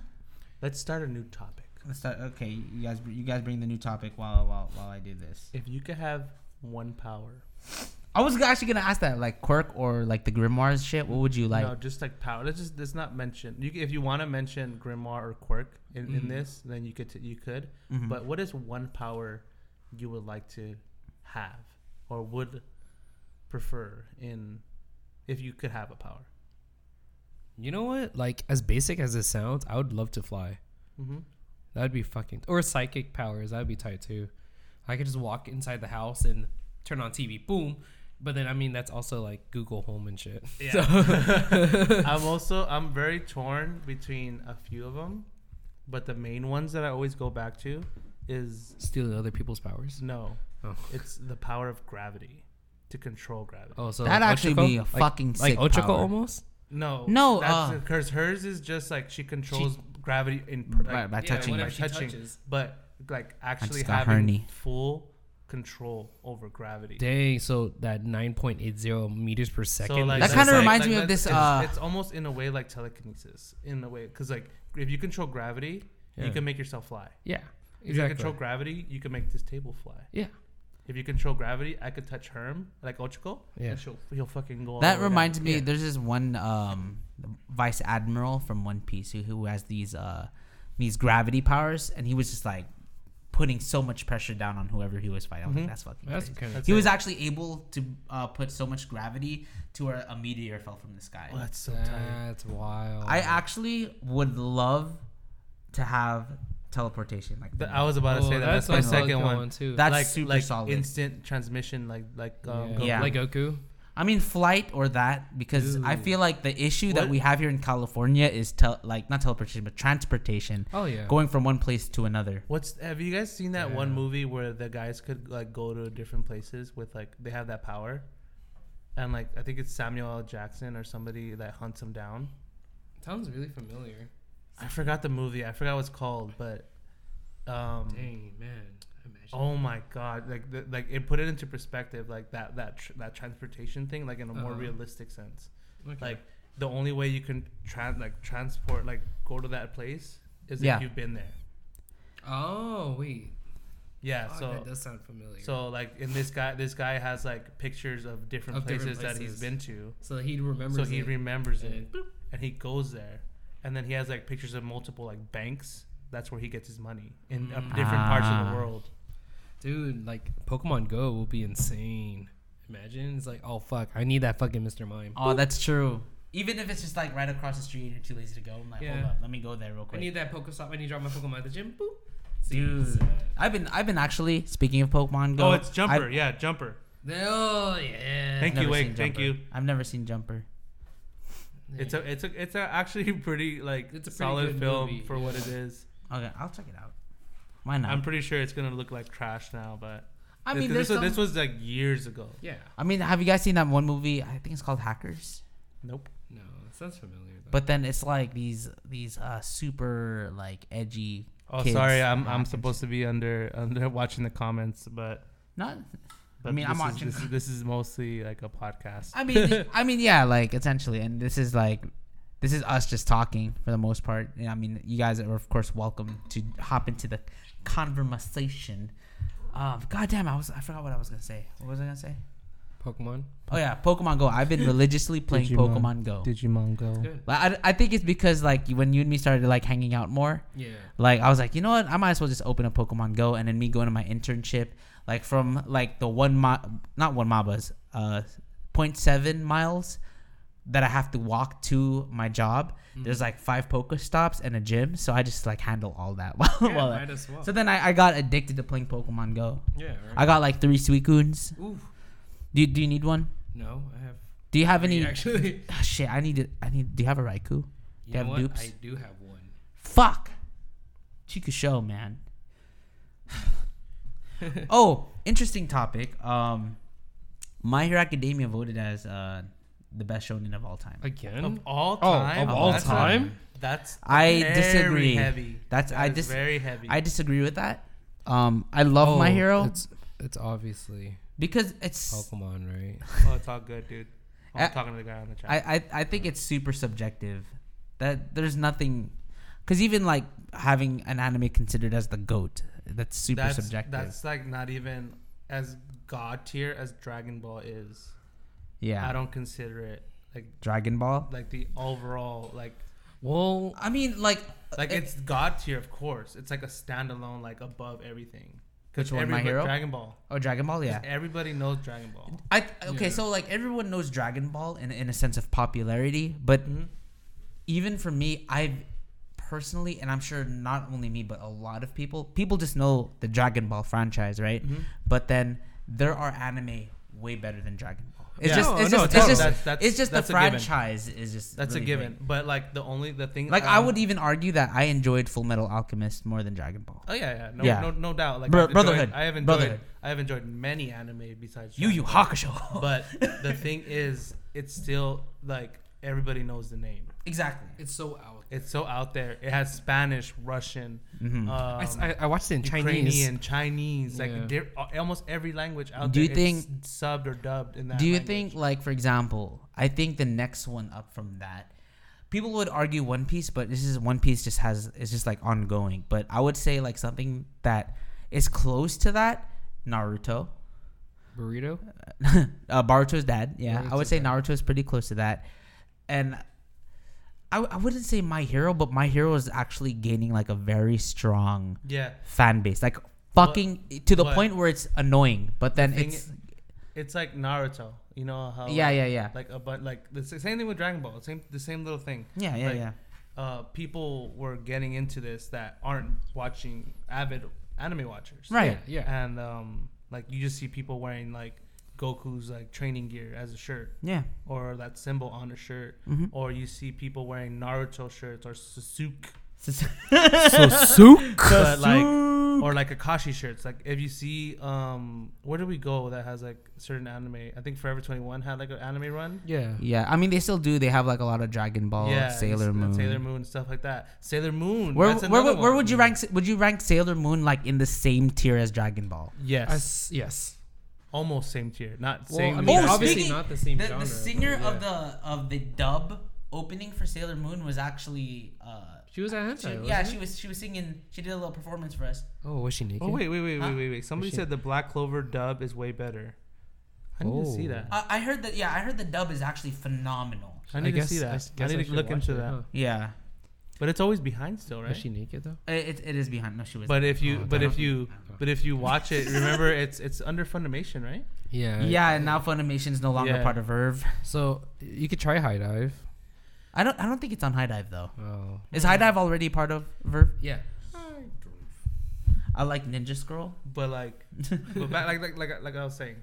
C: Let's start a new topic.
B: let's start. Okay, you guys, you guys bring the new topic while while while I do this.
C: If you could have one power,
B: I was actually gonna ask that, like quirk or like the grimoires shit. What would you like?
C: no, just like power. Let's just let's not mention. You, c- if you want to mention grimoire or quirk in, in this, then you could t- you could.
B: Mm-hmm.
C: But what is one power you would like to have or would prefer in if you could have a power?
B: Mm-hmm.
A: You know what? Like as basic as it sounds, I would love to fly.
C: Mhm.
A: That'd be fucking or psychic powers. That'd be tight too. I could just walk inside the house and turn on TV. Boom. But then I mean that's also like Google Home and shit.
C: Yeah. I'm also I'm very torn between a few of them, but the main ones that I always go back to is
A: Stealing other people's powers.
C: no.
A: Oh.
C: It's the power of gravity to control gravity.
A: Oh, so
B: That'd
A: like
B: actually
A: Ochiko?
B: be a
A: Like-
B: fucking
A: like
B: sick
A: Ochiko
B: power.
A: almost.
C: No,
B: No, uh,
C: because hers is just like she controls gravity in per-
B: By-
C: like,
B: by Yeah, touching.
C: by
A: whatever she
C: touching,
A: touches.
C: but like actually
B: got
C: having
B: hernia.
C: full control over gravity.
A: Dang, so that 9.80 meters per second.
B: That
A: is
C: that's
B: kinda
A: just, like-
B: reminds me of
C: that's-
B: this,
C: It's,
B: uh,
C: it's almost in a way like telekinesis, in a way, because like if you control gravity,
A: Yeah.
C: you can make yourself fly.
A: yeah,
C: If you
A: exactly.
C: control gravity, you can make this table fly.
A: yeah,
C: If you control gravity, I could touch Herm like Ochiko,
A: Yeah.
C: and she'll he'll fucking go. all the
B: That
C: way down.
B: reminds me,
A: Oh, Yeah.
B: there's this one um, vice admiral from One Piece who, who has these uh, these gravity powers, and he was just like putting so much pressure down on whoever he was fighting. I was like,
C: Mhm.
B: That's fucking
A: Mm-hmm. that's
B: crazy.
A: kind of.
C: That's
B: He
C: it.
B: was actually able to uh, put so much gravity to where a meteor fell from the sky.
C: Oh, that's so tight.
A: That's wild.
B: I actually would love to have teleportation like
C: Th-
B: that.
C: I was about
B: Oh,
C: to say that. That's, my
A: Oh, like
C: second
A: Goku
C: one.
A: too.
B: That's
C: like,
B: super
C: like
B: solid.
C: Instant transmission, like like um,
A: yeah.
C: Goku.
B: Yeah.
A: like Goku.
B: I mean, flight or that, because I
A: Ooh.
B: feel like the issue that
C: What-
B: we have here in California is tel- like not teleportation, but transportation,
A: Oh yeah.
B: going from one place to another.
C: What's have you guys seen that one
A: Yeah.
C: movie where the guys could like go to different places with like they have that power, and like I think it's Samuel L. Jackson or somebody that hunts him down.
A: Sounds really familiar.
C: I forgot the movie. I forgot what it's called, but um,
A: Dang man, imagine.
C: oh my god, like the, like it put it into perspective, like that that tr- that transportation thing, like in a more
A: Uh-huh.
C: realistic sense.
A: Okay.
C: Like the only way you can trans like transport like go to that place is
B: Yeah.
C: if you've been there.
A: oh wait,
C: Yeah,
A: Fuck,
C: so
A: that does sound familiar. So,
C: So like in this guy, this guy has like pictures of different,
A: Of
C: places,
A: different
C: that he's
A: places.
C: been to.
A: he remembers.
C: so he
A: it.
C: remembers
A: and
C: it, and he goes there, and then he has like pictures of multiple like banks. That's where he gets his money in uh,
A: Mm.
C: different parts of
B: Ah.
C: the world.
A: Dude, like Pokemon Go will be insane. Imagine it's like, oh fuck, I need that fucking Mr. Mime.
B: Oh, that's true. Even if it's just like right across the street and you're too lazy to go, I'm like, hold
A: Yeah.
B: up, let me go there real
A: I
B: quick.
A: need that Pokestop. I need to drop my Pokemon at the gym. Boop.
B: Dude, I've been I've been actually speaking of Pokemon Go.
C: Oh, it's Jumper.
B: I've
C: yeah, Jumper.
A: Oh yeah.
C: Thank you,
B: never seen
C: Wake. Thank
B: Jumper.
C: you.
B: I've never seen Jumper.
C: It's a it's a it's a actually pretty like
A: It's a pretty
C: solid
A: good
C: film
A: movie,
C: for
A: yeah.
C: what it is.
B: Okay, I'll check it out. Why not?
C: I'm pretty sure it's gonna look like trash now, but
B: I
C: this-
B: mean, there's
C: this, was,
B: some,
C: this was like years ago.
A: yeah.
B: I mean, have you guys seen that one movie? I think it's called Hackers.
C: Nope.
A: No, it sounds familiar. Though.
B: But then it's like these these uh super like edgy.
C: Oh,
B: kids
C: sorry. I'm I'm
B: hackers.
C: supposed to be under under watching the comments, but
B: Not. I mean, I'm
C: this is-
B: watching.
C: This, is- this is mostly like a podcast.
B: I mean, I mean, yeah, like essentially, and this is like, this is us just talking for the most part. And I mean, you guys are of course welcome to hop into the conversation. Um, God damn, I was I forgot what I was gonna say. What was I gonna say?
A: Pokemon.
B: Oh yeah, Pokemon Go. I've been religiously playing
C: Digimon.
B: Pokemon Go.
C: Digimon Go.
A: Good.
B: Like, I, I think it's because like when you and me started like hanging out more,
A: Yeah.
B: like I was like, you know what? I might as well just open up Pokemon Go, and then me going to my internship, like from like the one mi- not one mabas, uh, 0.7 miles that I have to walk to my job.
A: Mm-hmm.
B: There's like five Pokestops and a gym, so I just like handle all that. while,
A: Yeah,
B: while
A: might
B: I-
A: as well.
B: so then I, I got addicted to playing Pokemon Go.
A: yeah. Right.
B: I got like three Suicunes.
A: Ooh.
B: Do you, do you need one?
A: No, I have.
B: Do you have
A: three,
B: any?
A: actually?
B: Ah, shit, I need it. I need. Do you have a Raikou?
A: You
B: They
A: know
B: have
A: what?
B: dupes?
A: I do have one.
B: Fuck. Chiku show, man. oh, interesting topic. Um, My Hero Academia voted as uh, the best shonen of all time.
A: Again?
C: Of all
A: Oh,
C: time.
A: of all
C: That's a-
A: time?
C: that's
B: I
C: very
B: disagree.
C: Heavy.
B: That's-
C: That
B: I
C: is
B: dis-
C: very heavy. Oh,
B: I disagree with that. Um, I love My Hero
A: Oh, It's, it's obviously
B: because it's.
A: Pokemon, right?
C: oh, it's all good, dude. Oh, I'm
B: I-
C: talking to the guy on the chat.
B: I, I I think it's super subjective. That there's nothing, because even like having an anime considered as the goat, that's super
C: that's,
B: subjective.
C: That's like not even as god tier as Dragon Ball is.
B: yeah,
C: I don't consider it like
B: Dragon Ball.
C: like the overall like
A: Well,
B: I mean, like
C: like
B: uh,
C: it's god tier of course. It's like a standalone like above everything. 'Cause
B: Which one, My
C: everybody-
B: Hero?
C: Dragon Ball.
B: oh Dragon Ball. Yeah,
C: Everybody knows Dragon Ball.
B: I th- okay,
A: Yeah.
B: so like everyone knows Mm-hmm. Dragon Ball in in a sense of popularity, but
C: Mhm.
B: even for me, I've personally, and I'm sure not only me but a lot of people, people just know the Dragon Ball franchise, right? But then there are anime way better than Dragon Ball. It's
C: Yeah.
B: just,
A: No,
B: it's
A: no,
B: just, it's
A: totally.
B: just,
C: That's- that's-
B: it's just the
C: that's a given.
B: franchise is just
C: That's
B: really
C: a given. But like the only the thing
B: great. Like I
C: um,
B: would e- even argue that I enjoyed Full Metal Alchemist more than Dragon Ball.
C: Oh yeah, yeah, no,
B: Yeah.
C: no, no doubt. Like
B: Bro-
C: I've enjoyed-
B: Brotherhood.
C: I have enjoyed.
B: Brotherhood.
C: I have enjoyed many anime besides
B: Yu Yu
C: Dragon Ball.
B: Hakusho.
C: But the thing is, it's still like everybody knows the name.
B: exactly.
A: It's so out.
C: It's so out there. It has Spanish, Russian,
B: Mm-hmm.
C: um,
A: I, s- I- I watched it in Chinese.
C: Ukrainian, Chinese, like
A: Yeah.
C: di- almost every language out
B: Do
C: there.
B: you
C: it's subbed or dubbed in that?
B: Do you
C: language.
B: think, like, for example, I think the next one up from that, people would argue One Piece, but this is One Piece just has it's just like ongoing. But I would say like something that is close to that, Naruto,
A: Burrito.
B: uh, Baruto's dad. Yeah, I would
A: Naruto's
B: say
A: dad.
B: Naruto is pretty close to that, and. I, I wouldn't say my hero, but my hero is actually gaining like a very strong
C: Yeah,
B: fan base, like fucking to the
C: but-
B: point where it's annoying. But then
C: thing
B: it's
C: it's like Naruto. You know how?
B: yeah,
C: like,
B: yeah, yeah,
C: Like a but like the s- same thing with Dragon Ball. Same the same little thing.
B: yeah, yeah,
C: like,
B: yeah.
C: uh, people were getting into this that aren't watching avid anime watchers.
B: Right.
A: Yeah.
C: And um, like you just see people wearing like Goku's like training gear as a shirt
B: Yeah.
C: or that symbol on a shirt,
B: Mhm.
C: or you see people wearing Naruto shirts or Sasuke
A: Sasuke.
C: but like or like Akashi shirts. Like if you see um, where do we go that has like certain anime? I think Forever Twenty One had like an anime run.
A: Yeah.
B: Yeah, I mean they still do. They have like a lot of Dragon Ball, Sailor
C: it's-
B: Moon.
C: Sailor Moon, stuff like that. Sailor Moon.
B: Where,
C: that's
B: where, where,
C: another
B: where
C: one.
B: would you rank? Would you rank Sailor Moon like in the same tier as Dragon Ball?
A: I
C: Yes,
A: s- yes.
C: almost same tier, not
A: Well,
C: same. Oh,
A: I mean,
C: tier.
A: obviously not the same
B: The,
A: genre,
B: the singer
A: but
B: of the of the dub opening for Sailor Moon was actually, uh,
A: She was at
B: she-
A: hentai.
B: yeah,
A: yeah.
B: she was she was singing. She did a little performance for us.
A: oh, was she naked?
C: Oh wait, wait, wait,
B: Huh?
C: wait, wait, wait! Somebody
A: shit.
C: said the Black Clover dub is way better. I need to see
A: Oh.
C: that.
B: I, I heard that. Yeah, I heard the dub is actually phenomenal.
C: I need to see that. I, need to
A: should
C: look
A: watch
C: into
A: it,
C: that.
A: huh?
B: Yeah,
C: But it's always behind still, right?
A: Was she naked though?
B: it, it, it is behind. No, she was.
C: But if you,
A: Oh,
C: but
A: damn.
C: if you, but if you watch it, remember it's it's under Funimation, right?
A: Yeah.
B: yeah, and now Funimation is no longer
C: Yeah.
B: part of Verve.
A: So you could try high dive.
B: I don't. I don't think it's on High Dive though.
A: Oh.
B: Is High Dive already part of Verve?
A: Yeah.
B: I like Ninja Scroll.
C: But like, but back, like like like like I was saying,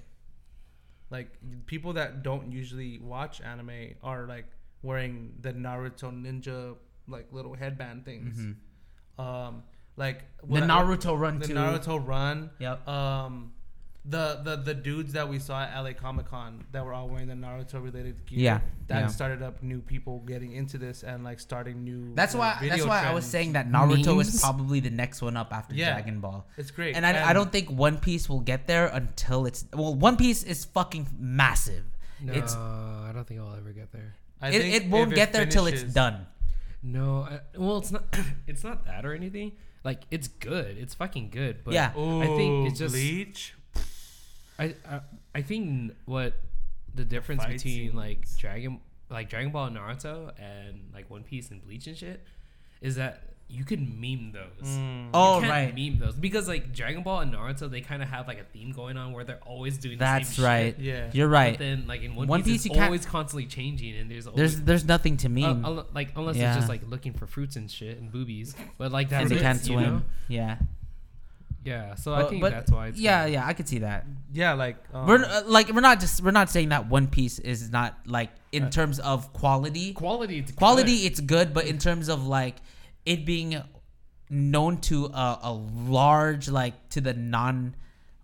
C: like people that don't usually watch anime are like wearing the Naruto ninja like little headband things. Um, like
B: Mm-hmm. The
C: when Mm-hmm. I-
B: Naruto run
C: the
B: too.
C: Naruto run.
B: Yep.
C: um the, the the dudes that we saw at LA Comic Con that were all wearing the Naruto related gear.
B: Yeah,
C: That
B: yeah.
C: started up new people getting into this and like starting new
B: That's
C: like,
B: why. That's
C: video
B: why I was
C: trends.
B: saying that Naruto is
A: Memes?
B: probably the next one up after
C: Yeah.
B: Dragon Ball.
C: it's great.
B: And I, I don't think One Piece will get there until it's well. One Piece is fucking massive.
A: No,
B: It's
A: I don't think I'll ever get there.
C: I
B: it,
C: think
B: it won't
C: if
B: get there till it's
C: finishes-
B: done.
A: No, I, well, it's not. it's not that or anything. Like it's good. It's fucking good. But
B: Yeah.
C: Ooh,
A: I think it's just.
C: Bleach.
A: I, I I think what the difference
C: fight
A: between like
C: scenes.
A: Dragon like Dragon Ball and Naruto and like One Piece and Bleach and shit is that you could meme those.
C: Mm.
A: You
B: Oh
A: can't
B: right,
A: meme those because like Dragon Ball and Naruto, they kind of have like a theme going on where they're always doing. The
B: that's
A: same
B: right.
A: Shit.
C: Yeah.
B: You're
A: But
B: right.
A: then like in One,
B: One Piece
A: Piece,
B: you
A: it's
B: can't-
A: always constantly changing, and there's always
B: There's there's nothing to
A: Uh,
B: meme.
A: unle- like unless
B: Yeah.
A: it's just like looking for fruits and shit and boobies, but like that's
B: and they
A: it,
B: can't
A: you
B: swim.
A: know?
B: Yeah.
A: Yeah, so I
B: But-
A: think
B: but-
A: that's why. It's
B: yeah,
A: good.
B: yeah, I could see that.
C: Yeah, like um,
B: we're uh, like we're not just we're not saying that One Piece is not like in terms of quality.
A: quality. It's
B: Quality,
A: good.
B: it's good, but in terms of like it being known to a, a large like to the non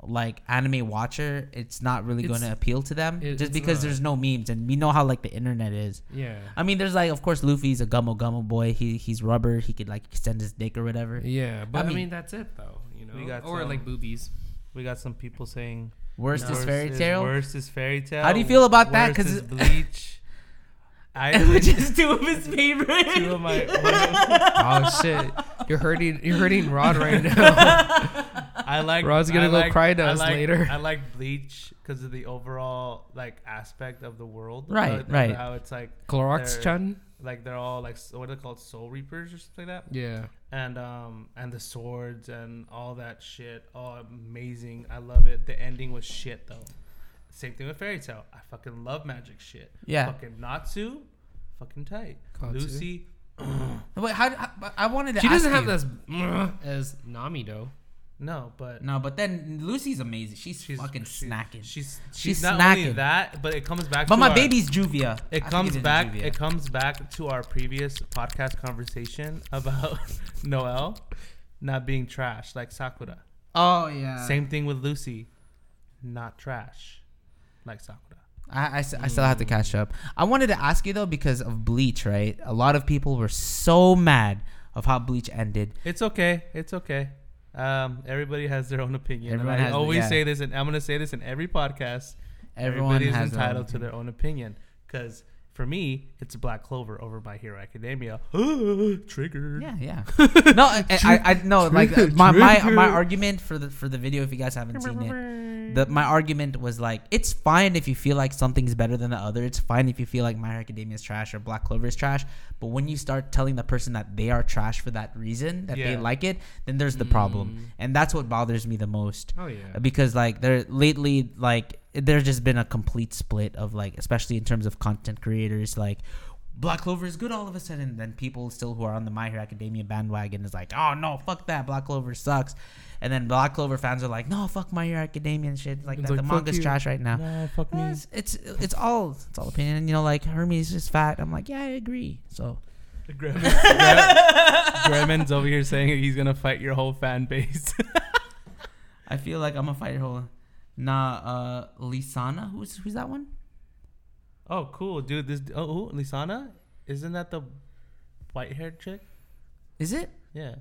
B: like anime watcher, it's not really going to
A: It's-
B: appeal to them
A: it-
B: just
A: it's
B: because
A: not.
B: there's no memes, and we know how like the internet is.
A: Yeah.
B: I mean, there's like of course Luffy's a gummo gummo boy. He he's rubber. He could like extend his dick or whatever.
A: Yeah, but I mean,
B: mean-
A: that's it though. You know,
C: We got
A: or
C: some-
A: like boobies.
C: we got some people saying
B: Worst is fairy tale.
C: Worst is fairy tale.
B: How do you feel about that?
C: worst
B: 'Cause
C: is
B: it-
C: Bleach. I
B: Which is two of his favorites.
C: two of my one of-
A: oh shit, you're hurting. You're hurting Rod right now.
C: I like.
A: Rod's gonna
C: I
A: go
C: like-
A: cry to
C: I
A: us
C: like-
A: later.
C: I like Bleach because of the overall like aspect of the world.
B: Right,
C: of- of
B: right.
C: How it's like
A: Clorox
C: they're-
A: Chun.
C: Like they're all like s- what are they called soul reapers or something like that,
A: Yeah.
C: and um and the swords and all that shit. Oh, amazing! I love it. The ending was shit though. Same thing with fairy tale. I fucking love magic shit.
B: Yeah.
C: Fucking Natsu, fucking tight.
A: Katsu.
C: Lucy,
B: Wait, how, how but I wanted to.
A: She doesn't
B: ask
A: have
B: you.
A: this as Nami though.
C: No, but
B: No, but then Lucy's amazing. She's,
C: she's
B: fucking
C: she-
B: snacking.
C: She's she's,
B: She's
C: not only
B: snacking.
C: that, but it comes back.
B: but
C: to
B: my
C: our-
B: baby's Juvia. I
C: It
B: think
C: comes
B: is
C: back.
B: Juvia.
C: It comes back to our previous podcast conversation about Noel not being trash like Sakura.
B: oh yeah.
C: Same thing with Lucy, not trash like Sakura.
B: I, I s- I still have to catch up. I wanted to ask you though because of Bleach, right? A lot of people were so mad of how Bleach ended.
C: It's okay. It's okay. Um, everybody has their own opinion.
B: Everyone
C: and I
B: has-
C: always
B: yeah.
C: say this, and I'm gonna say this in every podcast.
B: Everyone
C: Everybody's
B: has their own
C: entitled to their own opinion. Because for me, it's Black Clover over My Hero Academia. Triggered.
B: Yeah, yeah. no, I, I, I no like uh, my, my
A: Trigger.
B: my argument for the for the video if you guys haven't seen it, the my argument was like it's fine if you feel like something's better than the other. It's fine if you feel like My Hero Academia is trash or Black Clover is trash. But when you start telling the person that they are trash for that reason that they
C: Yeah.
B: like it, then there's the problem, and that's what bothers me the most
A: Oh yeah.
B: because like there lately like there's just been a complete split of like especially in terms of content creators like Black Clover is good all of a sudden then people still who are on the My Hero Academia bandwagon is like oh no fuck that Black Clover sucks and then Black Clover fans are like no fuck My Hero Academia and shit like
C: It's
B: that
C: like,
B: the
C: fuck
B: manga's
C: you.
B: trash right now
C: Nah, fuck me.
B: it's, it's it's all it's all opinion and you know like Hermes is fat I'm like yeah I agree so
C: Graham, Graham- Graham's over here saying he's gonna fight your whole fan base.
B: I feel like I'm a fighter hole nah uh Lisana who's who's that one
C: oh, cool, dude. This oh, who? Lisana, isn't that the white-haired chick?
B: is it
C: Yeah,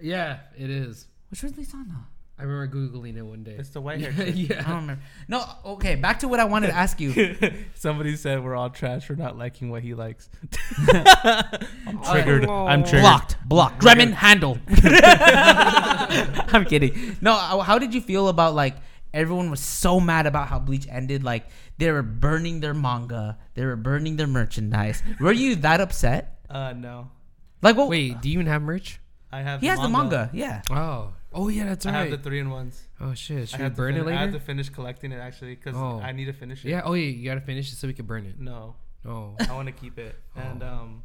A: Yeah, it is.
B: which one's Lisana
A: I remember googling it one day.
C: it's the white-haired chick.
B: I don't remember. No, okay, back to what I wanted to ask you.
C: Somebody said we're all trash for not liking what he likes. I'm
B: Uh,
C: triggered. I'm triggered.
B: Blocked, blocked. Gremlin handle. I'm kidding. No, how how did you feel about like everyone was so mad about how Bleach ended? Like they were burning their manga, they were burning their merchandise. Were you that upset?
C: Uh, no,
B: Like what?
A: Wait, do you even have merch?
C: I have.
B: he has the manga. Yeah.
A: Oh. Oh yeah, that's
C: I
A: right.
C: have the three in ones.
A: oh shit, should we
C: I have,
A: burn
C: to
A: it
C: fin- I have to
A: later?
C: finish collecting it actually because
A: Oh.
C: I need to finish it.
A: Yeah. Oh yeah, you gotta finish it so we can burn it.
C: No,
A: Oh.
C: I want to keep it.
B: Oh.
C: And um,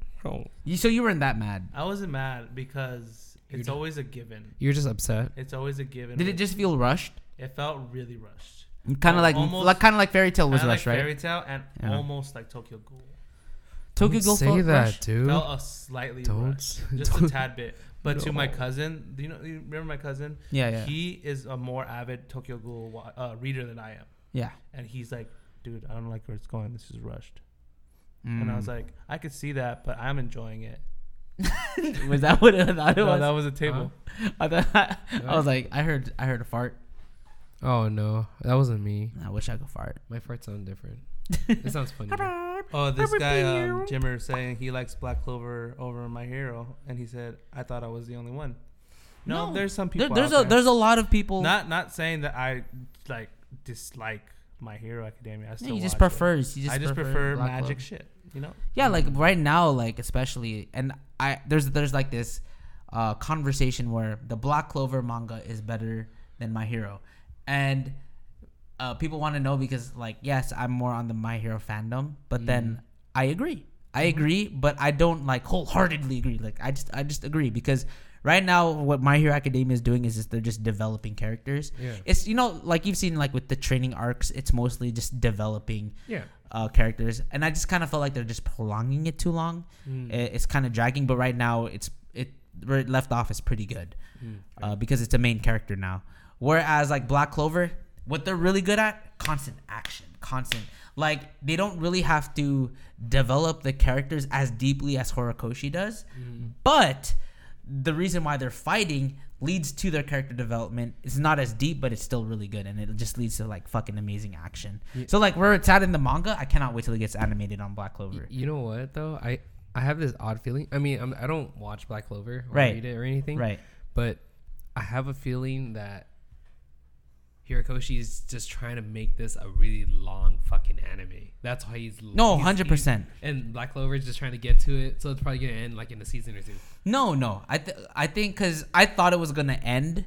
B: You, so you weren't that mad.
C: I wasn't mad because it's always a given.
A: You're just upset.
C: It's always a given.
B: Did it just feel rushed?
C: It felt really rushed.
B: Kind of like,
C: Almost-
B: like kind of like Fairy Tale was
C: Kinda
B: rushed,
C: like
B: right?
C: Fairy Tale and
B: Yeah.
C: almost like Tokyo Ghoul.
B: Tokyo
A: Don't
B: Ghoul
A: say
B: felt
A: that,
B: rushed?
A: dude.
C: Felt a slightly
A: Don't-
C: rushed, just a
A: don't-
C: tad bit. But to my cousin, do you know? You remember my cousin?
B: Yeah, yeah.
C: He is a more avid Tokyo Ghoul wa- uh, reader than I am,
B: yeah.
C: and he's like, "Dude, I don't like where it's going. This is rushed."
B: Mm.
C: And I was like, "I could see that, but I'm enjoying it."
B: was that what it, that it
C: No,
B: was?
C: that was a table.
B: I, thought, I was like, I heard, I heard a fart.
A: Oh no, that wasn't me.
B: I wish I could fart.
A: My farts sound different. it sounds funny. though.
C: Oh, this guy um, Jimmer saying he likes Black Clover over My Hero, and he said, "I thought I was the only one." No,
B: No.
C: there's some
B: There,
C: people.
B: there's a
C: out there.
B: there's a lot of people.
C: not not saying that I like dislike My Hero Academia. I
B: Yeah,
C: still
B: you just
C: watch it.
B: prefers. You just
C: I just prefer,
B: Black
C: magic
B: Clover.
C: shit. You know,
B: Yeah, like right now, like especially, and I there's there's like this uh, conversation where the Black Clover manga is better than My Hero, and uh, people want to know because like yes, I'm more on the My Hero fandom, but then I agree, I agree, but I don't like wholeheartedly agree. Like I just I just agree because. Right now, what My Hero Academia is doing is just they're just developing characters.
A: Yeah.
B: It's you know like you've seen like with the training arcs, it's mostly just developing
A: Yeah.
B: uh, characters, and I just kind of felt like they're just prolonging it too long.
A: Mm.
B: I- it's kind of dragging, but right now it's it where it left off is pretty good uh, because it's a main character now. Whereas like Black Clover, what they're really good at constant action, constant. Like they don't really have to develop the characters as deeply as Horikoshi does, but the reason why they're fighting leads to their character development. It's not as deep, but it's still really good, and it just leads to like fucking amazing action. So like where it's at in the manga, I cannot wait till it gets animated on Black Clover.
A: You know what though? I I have this odd feeling. I mean, I'm, I don't watch Black Clover or
B: Right.
A: read it or anything.
B: Right.
A: But I have a feeling that Hirokoshi is just trying to make this a really long fucking anime. That's why he's
B: No,
A: he's-
B: 100%.
A: he's- And Black Clover is just trying to get to it, so it's probably gonna end like in a season or two.
B: No, no. I th- I think because I thought it was gonna end,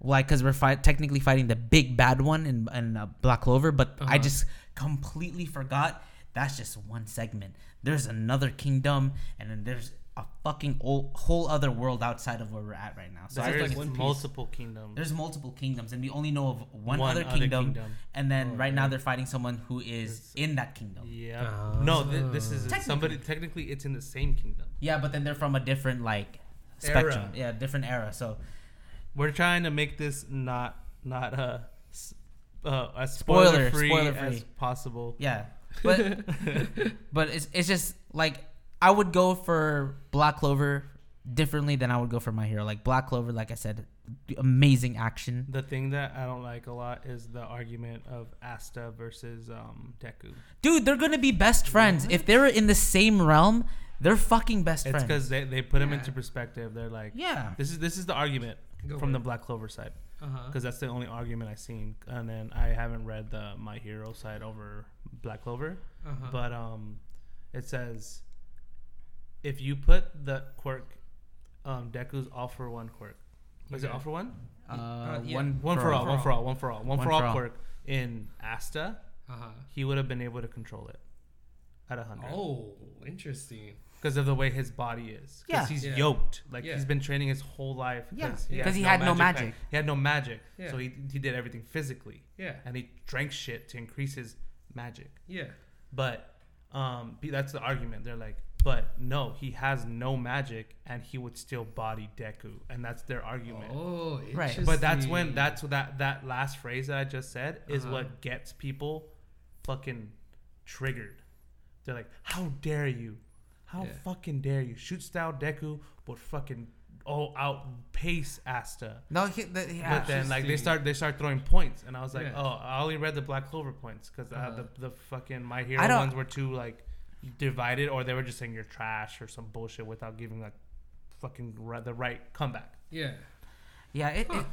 B: like because we're fight technically fighting the big bad one in in uh, Black Clover, but
C: Uh-huh.
B: I just completely forgot. That's just one segment. There's another kingdom, and then there's a fucking o- whole other world outside of where we're at right now. So I
C: There's
B: think
A: One Piece.
C: multiple kingdoms.
B: there's multiple kingdoms, and we only know of one,
C: One
B: other,
C: other
B: kingdom,
C: kingdom.
B: And then
C: Oh,
B: right now
C: yeah.
B: they're fighting someone who is in that kingdom.
C: Yeah.
A: Ah.
C: no, th- this is
B: Technically.
C: somebody. Technically, it's in the same kingdom.
B: Yeah, but then they're from a different like spectrum.
C: Era.
B: Yeah, different era. So
C: We're trying to make this not not uh, s- uh as
B: Spoiler,
C: spoiler free
B: spoiler-free.
C: as possible.
B: yeah, but but it's it's just like I would go for Black Clover differently than I would go for My Hero. Like Black Clover, like I said, amazing action.
C: The thing that I don't like a lot is the argument of Asta versus um Deku.
B: Dude, they're gonna be best friends if they were in the same realm. They're fucking best
C: It's
B: friends.
C: because they, they put them
A: Yeah.
C: into perspective. They're like,
B: Yeah.
C: this is this is the argument
A: Go
C: from
A: for
C: the
A: it.
C: Black Clover side
A: Uh-huh.
C: because that's the only argument I've seen, and then I haven't read the My Hero side over Black Clover.
A: Uh-huh.
C: but um, it says if you put the quirk, um, Deku's all for one quirk. Is it
A: Okay.
C: all for one?
B: Uh,
A: yeah.
B: one
C: One for all. One for all. One for all. One for all
B: all.
C: quirk in Asta,
A: uh-huh.
C: he would have been able to control it at a hundred
A: Oh, interesting.
C: because of the way his body is. Because
B: Yeah.
C: he's
A: Yeah.
C: yoked. Like
A: Yeah.
C: he's been training his whole life.
B: Yeah.
C: has
B: 'Cause he had no magic.
C: power. He had no magic,
A: Yeah.
C: so he he did everything physically,
A: Yeah.
C: and he drank shit to increase his magic.
A: Yeah.
C: But um, be- that's the argument. They're like, but no, he has no magic, and he would still body Deku, and that's their argument.
A: Oh, interesting.
B: Right.
C: but that's when that's what that that last phrase that I just said is
A: Uh-huh.
C: what gets people fucking triggered. They're like, how dare you? How
A: Yeah.
C: fucking dare you? Shoot style Deku would fucking all outpace Asta.
B: No, he, the, yeah.
C: But then, like they
A: Interesting.
C: start, they start throwing points, and I was like,
A: Yeah.
C: "Oh, I only read the Black Clover points because
A: Uh-huh.
C: the the fucking My Hero
B: I don't-
C: ones were too like divided, or they were just saying you're trash or some bullshit without giving like fucking ri- the right comeback.
A: Yeah.
B: yeah, it,
A: Huh.
B: it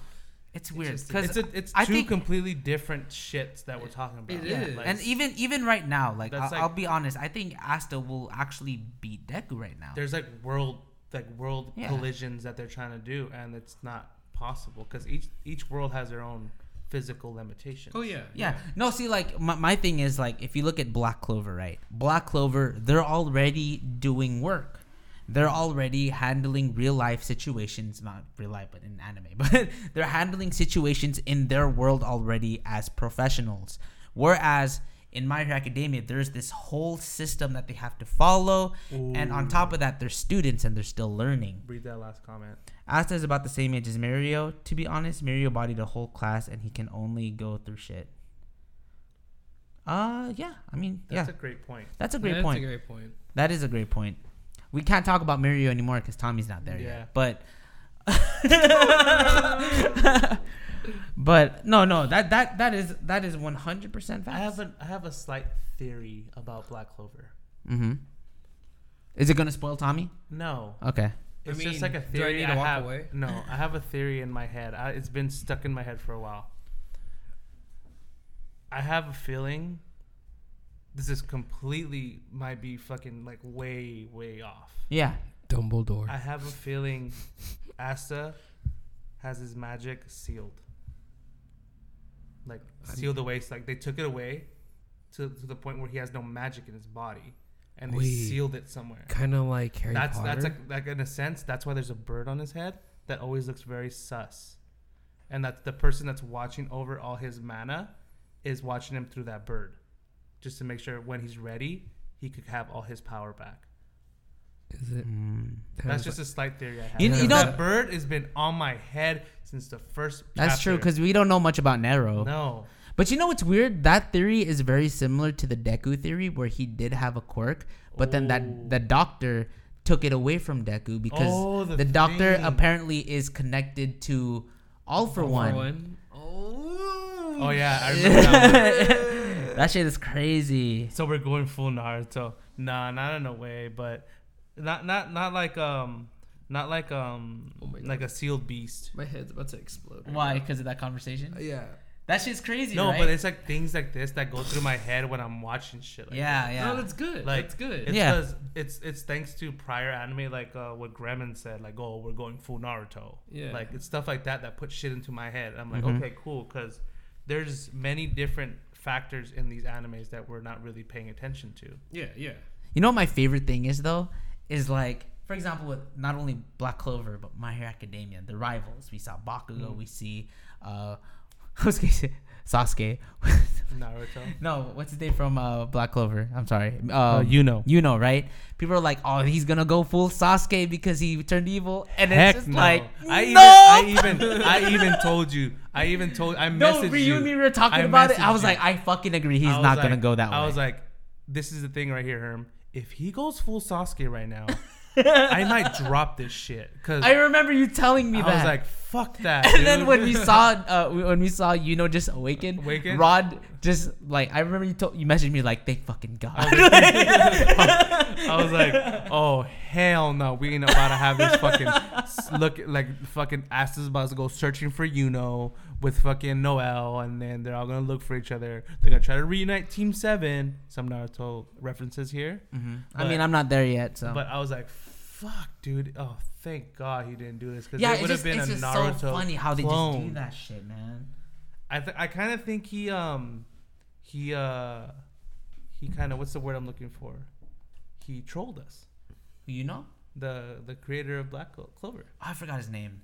B: it's weird
A: Interesting.
B: because
C: It's a, it's
B: I
C: two
B: think-
C: completely different shits that we're talking about.
A: It
B: Yeah,
A: is.
C: Like,
B: and even even right now, like I'll,
C: That's
B: I'll
C: like-
B: be honest, I think Asta will actually beat Deku right now.
C: there's like world like world
B: Yeah.
C: collisions that they're trying to do, and it's not possible because each each world has their own physical limitations.
A: Oh yeah.
B: Yeah. No, see, like my, my thing is like if you look at Black Clover, right? Black Clover, they're already doing work. They're already handling real life situations, not real life, but in anime. But they're handling situations in their world already as professionals. Whereas in My Hero Academia, there's this whole system that they have to follow, and on top of that, they're students and they're still learning.
C: Read that last comment.
B: Asta is about the same age as Mario. To be honest, Mario bodied the whole class and he can only go through shit. Uh yeah, I mean
C: That's
B: yeah.
C: a great point.
B: that's a great
A: that's
B: point.
A: a great point.
B: that is a great point. We can't talk about Mario anymore cuz Tommy's not there
C: Yeah.
B: yet. But But no, no, that that that is that is 100%
C: I
B: fact.
C: have an, I have a slight theory about Black Clover.
B: Mhm. Is it going to spoil Tommy?
C: No,
B: Okay.
A: I
C: it's
A: mean,
C: just like a
A: do I
C: theory.
A: need to walk
C: have,
A: away?
C: No, I have a theory in my head. I, it's been stuck in my head for a while. I have a feeling. This is completely might be fucking like way way off.
B: Yeah.
A: Dumbledore.
C: I have a feeling, Asta has his magic sealed. Like sealed away. It's like they took it away to to the point where he has no magic in his body, and they
A: Wait.
C: sealed it somewhere.
A: kind of like Harry
C: that's
A: Potter.
C: that's like like in a sense that's why there's a bird on his head that always looks very sus, and that's the person that's watching over all his mana is watching him through that bird, just to make sure when he's ready he could have all his power back.
A: Is it?
B: Mm.
C: That's just a slight theory I have.
B: You-
A: you
C: Because
A: know-
C: that bird has been on my head since the first.
B: That's true
C: chapter.
B: cuz we don't know much about Nero.
C: no,
B: But you know what's weird? That theory is very similar to the Deku theory, where he did have a quirk, but then that
C: Oh.
B: the doctor took it away from Deku because
C: Oh,
B: the,
C: the
B: doctor
C: thing.
B: apparently is connected to All for One.
A: Oh.
C: oh yeah, I remember that one.
B: That shit is crazy.
C: So we're going full Naruto. Nah, not in a way, but not not not like um not like um
A: Oh my God.
C: like a sealed beast.
A: My head's about to explode. right
B: Why? Because of that conversation?
A: now. Uh, Yeah.
B: That shit's crazy,
C: No,
B: right?
C: but it's like things like this that go through my head when I'm watching shit. Like
B: yeah, yeah.
A: No, that's good.
C: that. like
A: that's good.
C: It's
B: Yeah.
C: 'cause it's it's thanks to prior anime like uh, what Gremin said, like oh we're going full Naruto.
A: Yeah.
C: like it's stuff like that that puts shit into my head. I'm like
B: Mhm.
C: okay, cool, because there's many different factors in these animes that we're not really paying attention to.
A: yeah, yeah.
B: You know what my favorite thing is though? Is like, for for example, with not only Black Clover but My Hero Academia, the rivals. We saw Bakugo.
C: Mm-hmm.
B: We see, uh, I was gonna say Sasuke.
C: Naruto.
B: no, what's his name from uh, Black Clover? I'm sorry. Um,
C: Uh, you know.
B: You know, right? People are like, "Oh, he's gonna go full Sasuke because he turned evil," and
C: Heck
B: it's just
C: no.
B: like,
C: I even,
B: no.
C: I even I even told you. I even told I
B: no,
C: messaged
B: Ryu
C: you.
B: and me were talking
C: I
B: about it. I
C: messaged
B: was
C: you.
B: like, I fucking agree. He's
C: I was
B: not
C: like-
B: gonna go that way.
C: I was like, this is the thing right here, Herm. If he goes full Sasuke right now, I might drop this shit. Cause
B: I
C: I,
B: remember you telling me that.
C: was like, fuck that.
B: and then
C: dude.
B: when we saw uh, we- when we saw you know just awaken,
C: Awaken?
B: Rod just like I remember you told you messaged me like thank fucking
C: Oh,
B: god.
C: I was like, oh hell no, we ain't about to have this fucking s- look like fucking asses about to go searching for Yuno with fucking Noel, and then they're all gonna look for each other. They're gonna try to reunite Team Seven. Some Naruto references here,
B: I mean I'm not there yet, so
C: but I was like, fuck, dude. Oh, thank God he didn't do this because
B: yeah,
C: it
B: it's
C: would have
B: just,
C: been
B: it's
C: a
B: just
C: Naruto
B: so funny how they
C: clone.
B: just do that shit, man.
C: I th- I kind of think he um he uh he kind of what's the word I'm looking for? He trolled us.
B: You know,
C: The the creator of Black Clo- Clover.
B: oh, I forgot his name.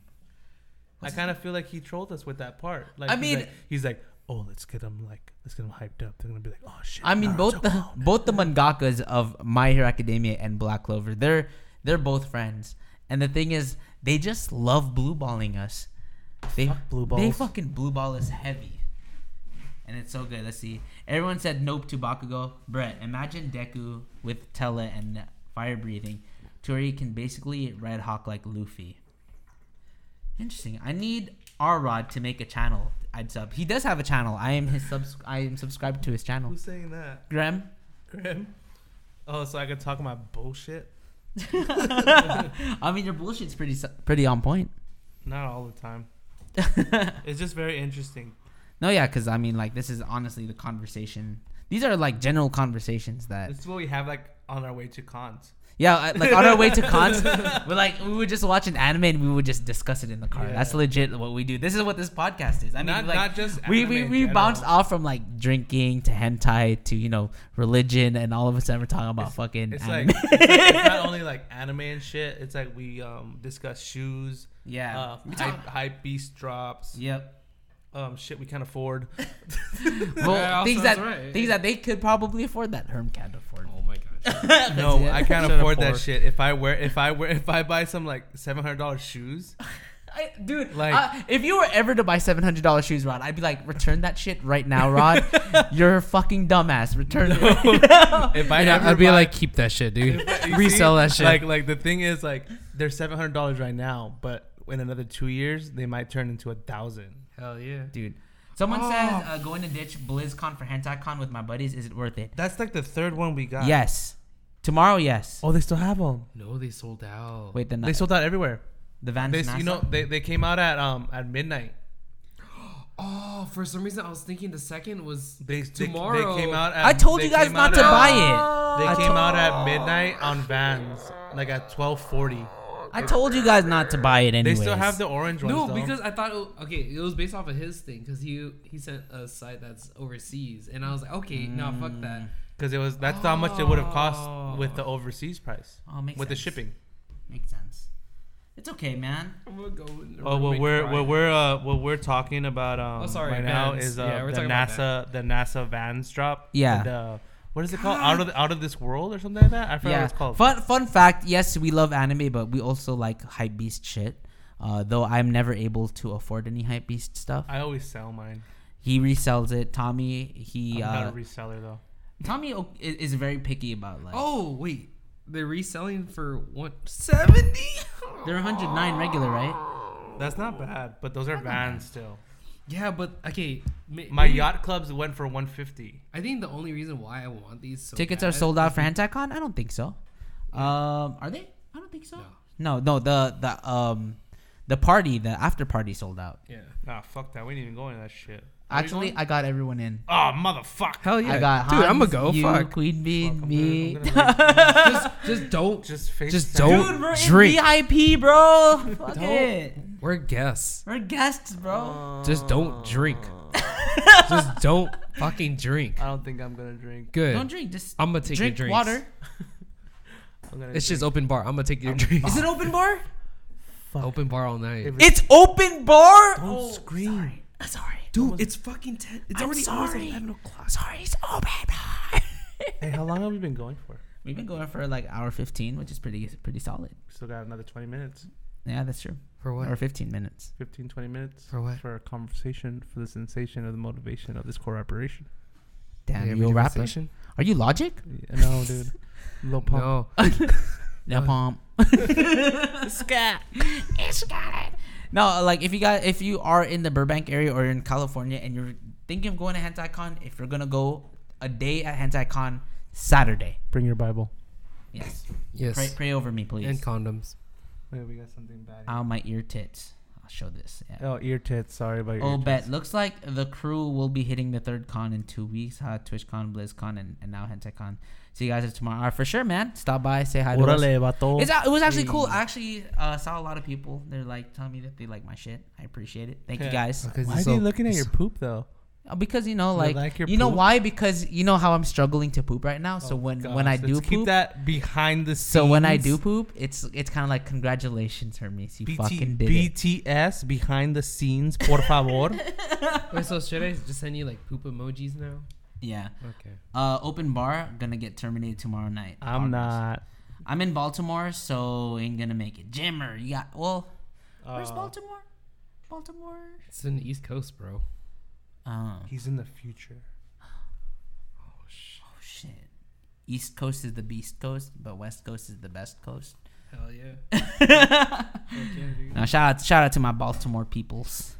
C: I kind of feel like he trolled us with that part. Like
B: I
C: he's
B: mean-
C: like- he's like, oh, let's get him like let's get him hyped up. They're gonna be like, oh shit.
B: I mean
C: Naruto
B: both the
C: clone."
B: both the mangakas of My Hero Academia and Black Clover, they're they're both friends. And the thing is, they just love blue balling us. They
C: Fuck blue
B: They
C: balls.
B: fucking blue ball is heavy. And it's so good. Let's see. Everyone said nope to Bakugo. Brett, imagine Deku with Tela and fire breathing. Tori can basically red hawk like Luffy. Interesting. I need R Rod to make a channel. I'd sub. He does have a channel. I am his subs. I am subscribed to his channel.
C: Who's saying that?
B: Graham,
C: Grim. Oh, so I could talk my bullshit.
B: I mean, your bullshit's pretty su- pretty on point.
C: Not all the time. it's just very interesting.
B: No, yeah, because I mean, like, this is honestly the conversation. These are like general conversations that,
C: This is what we have like on our way to cons.
B: yeah, I- like on our way to cons, we're like we would just watch an anime and we would just discuss it in the car.
C: Yeah.
B: That's legit what we do. This is what this podcast is. I mean,
C: not
B: like,
C: not just
B: we
C: anime
B: we,
C: in
B: we
C: general.
B: bounced off from like drinking to hentai to you know religion, and all of a sudden we're talking about fucking.
C: It's
B: anime.
C: like, it's like it's not only like anime and shit. It's like we um discuss shoes,
B: yeah,
C: uh,
B: We
C: hype,
B: talk-
C: hype beast drops,
B: yep.
C: um shit we can't afford.
B: Well,
A: Yeah,
B: things that
A: sounds right.
B: things that they could probably afford that Herm can't afford.
A: Oh my gosh.
C: no,
B: it.
C: I can't
A: Can't
C: afford that
A: afford.
C: shit. If I wear if I wear if I buy some like seven hundred dollars shoes,
B: I, dude,
C: Like-
B: uh, if you were ever to buy seven hundred dollars shoes, Rod, I'd be like, return that shit right now, Rod. You're a fucking dumbass. Return it.
C: if I ever
A: I'd be
C: buy-
A: like, keep that shit, dude.
C: you
A: Resell
C: see?
A: that shit.
C: Like like the thing is like they're seven hundred dollars right now, but in another two years they might turn into a thousand.
A: Hell yeah.
B: dude. Someone
C: Oh.
B: says uh, going to ditch BlizzCon for HentaiCon with my buddies. Is it worth it?
C: That's like the third one we got.
B: Yes. Tomorrow, yes.
C: Oh, they still have them.
A: No, they sold out.
B: Wait, the
C: They sold out everywhere.
B: the van.
C: They, you know, they, they came out at um at midnight.
A: Oh, for some reason I was thinking the second was
C: They they-
A: Tomorrow.
C: They came out. At,
B: I told
C: they
B: you guys
C: came
B: not
C: out
B: to
C: at-
B: buy it.
C: They
B: I
C: came
B: to-
C: out at midnight on Vans, like at twelve forty.
B: I told you guys not to buy it
C: They
B: anyways.
C: still have the orange ones.
A: No,
C: though.
A: because I thought it- okay, it was based off of his thing because he he sent a site that's overseas, and I was like, okay, no, fuck that.
C: because it was that's how much it would have cost with
A: Oh.
C: the overseas price
B: Oh, makes
C: with the
B: sense.
C: shipping.
B: Makes sense. It's okay, man.
A: I'm gonna go with the
C: Oh, what
A: Rick
C: we're
A: Ryan.
C: what we're uh, what we're talking about um
A: Oh, sorry,
C: right now
A: Vans.
C: is uh,
A: Yeah, we're
C: the
A: talking about
C: NASA the NASA Vans drop.
B: Yeah.
C: The, what is it called? Out of the, out of this world or something like that. I forgot what
B: Yeah.
C: it's called.
B: Fun fun fact, yes, we love anime, but we also like hype beast shit. Uh, though I'm never able to afford any hype beast stuff.
C: I always sell mine.
B: He resells it. Tommy, he
C: I'm
B: uh,
C: not a reseller though.
B: Tommy o- i- is very picky about like.
A: Oh wait, they're reselling for one seventy.
B: They're 109 regular, right?
C: That's not bad, but those are Vans still.
A: Yeah, but okay, ma-
C: My
A: maybe-
C: yacht clubs went for 150.
A: I think the only reason why I want these so
B: Tickets are
A: bad-
B: sold out for HentaiCon? I don't think so. Um, are they? I don't think so. No, no, the the um the party, the after party sold out.
A: Yeah.
C: Nah, fuck that. We didn't even go into that shit.
B: Actually, I got everyone in.
C: Oh, motherfuck.
A: Hell yeah,
B: I got
A: dude. I'm
B: Hans,
A: gonna go.
B: you,
A: Fuck.
B: Queen Bee,
C: I'm
B: me.
C: gonna- I'm gonna leave.
A: just just don't.
C: just face
A: Just
C: down.
A: don't-
B: Dude, we're
A: drink.
B: in VIP, bro. Fuck
A: Don't-
B: it.
A: We're guests.
B: We're guests, bro.
A: Just don't drink. just don't fucking drink.
C: I don't think I'm gonna drink.
A: Good.
B: Don't drink. Just
A: I'm gonna take
B: drink
A: your drinks.
B: water.
C: I'm gonna
A: It's just
C: drink.
A: open bar. I'm gonna take your drink.
B: Is it open bar?
C: fuck.
A: open bar all night.
C: If
B: It's open bar.
C: Don't
B: Oh,
C: scream.
B: I'm sorry.
A: Dude, it's fucking ten. It's already almost
B: sorry.
A: 11 o'clock.
B: Sorry, it's open bar.
C: Hey, how long have we been going for?
B: We've been going for like hour fifteen, which is pretty pretty solid.
C: We still got another 20 minutes,
B: Yeah, that's true.
A: For what?
B: Or fifteen minutes.
C: 15, 20 minutes
A: For what?
C: for a conversation for the sensation of the motivation of this corporation.
B: Damn,
A: Yeah,
B: you a
A: radio
B: rapper?
A: station?
B: Are you Logic?
C: Yeah, no, dude. Lil Pump.
A: No.
B: No pump. Scat. It's got it. No, like if you got if you are in the Burbank area or in California and you're thinking of going to HantiCon, if you're gonna go a day at HantiCon Saturday,
C: Bring your Bible.
B: yes,
A: Yes.
B: pray, pray over me, please.
A: And condoms.
C: Wait, we got something bad.
B: Ow, my ear tits. I'll show this. Yeah.
C: Oh, ear tits. Sorry about your
B: Oh,
C: ear
B: bet.
C: tits.
B: Looks like the crew will be hitting the third con in two weeks. Huh? TwitchCon, BlizzCon, and, and now HentaiCon. See you guys at tomorrow. Uh, for sure, man. Stop by, say hi to us.
C: Órale, vato.
B: It's, a- it was actually cool. I actually uh, saw a lot of people. They're like telling me that they like my shit. I appreciate it. Thank you
C: Yeah.
B: guys.
A: Because
C: Why
A: it's
C: are you
A: so-
C: looking at
A: it's-
C: your poop, though?
B: Uh, Because you know,
C: You
B: like,
C: like your
B: you know
C: poop?
B: why? Because you know how I'm struggling to poop right now. So
C: Oh,
B: when
C: gosh,
B: when I
C: let's
B: do
C: keep
B: poop,
C: that behind the scenes.
B: so when I do poop, it's it's kind of like congratulations, Hermes. You
C: BT,
B: fucking did it.
C: BTS behind the scenes, por favor.
A: Wait, so should I just send you like poop emojis now?
B: Yeah.
A: Okay.
B: Uh, open bar gonna get terminated tomorrow night.
C: I'm
B: Partners.
C: not.
B: I'm in Baltimore, so ain't gonna make it. Jimmer, you got well. Where's
C: Uh,
B: Baltimore? Baltimore.
A: It's in the East Coast, bro.
B: Oh.
C: He's in the future.
B: Oh shit. East Coast is the beast coast, but West Coast is the best coast.
A: Hell yeah.
B: Now shout out shout out to my Baltimore peoples.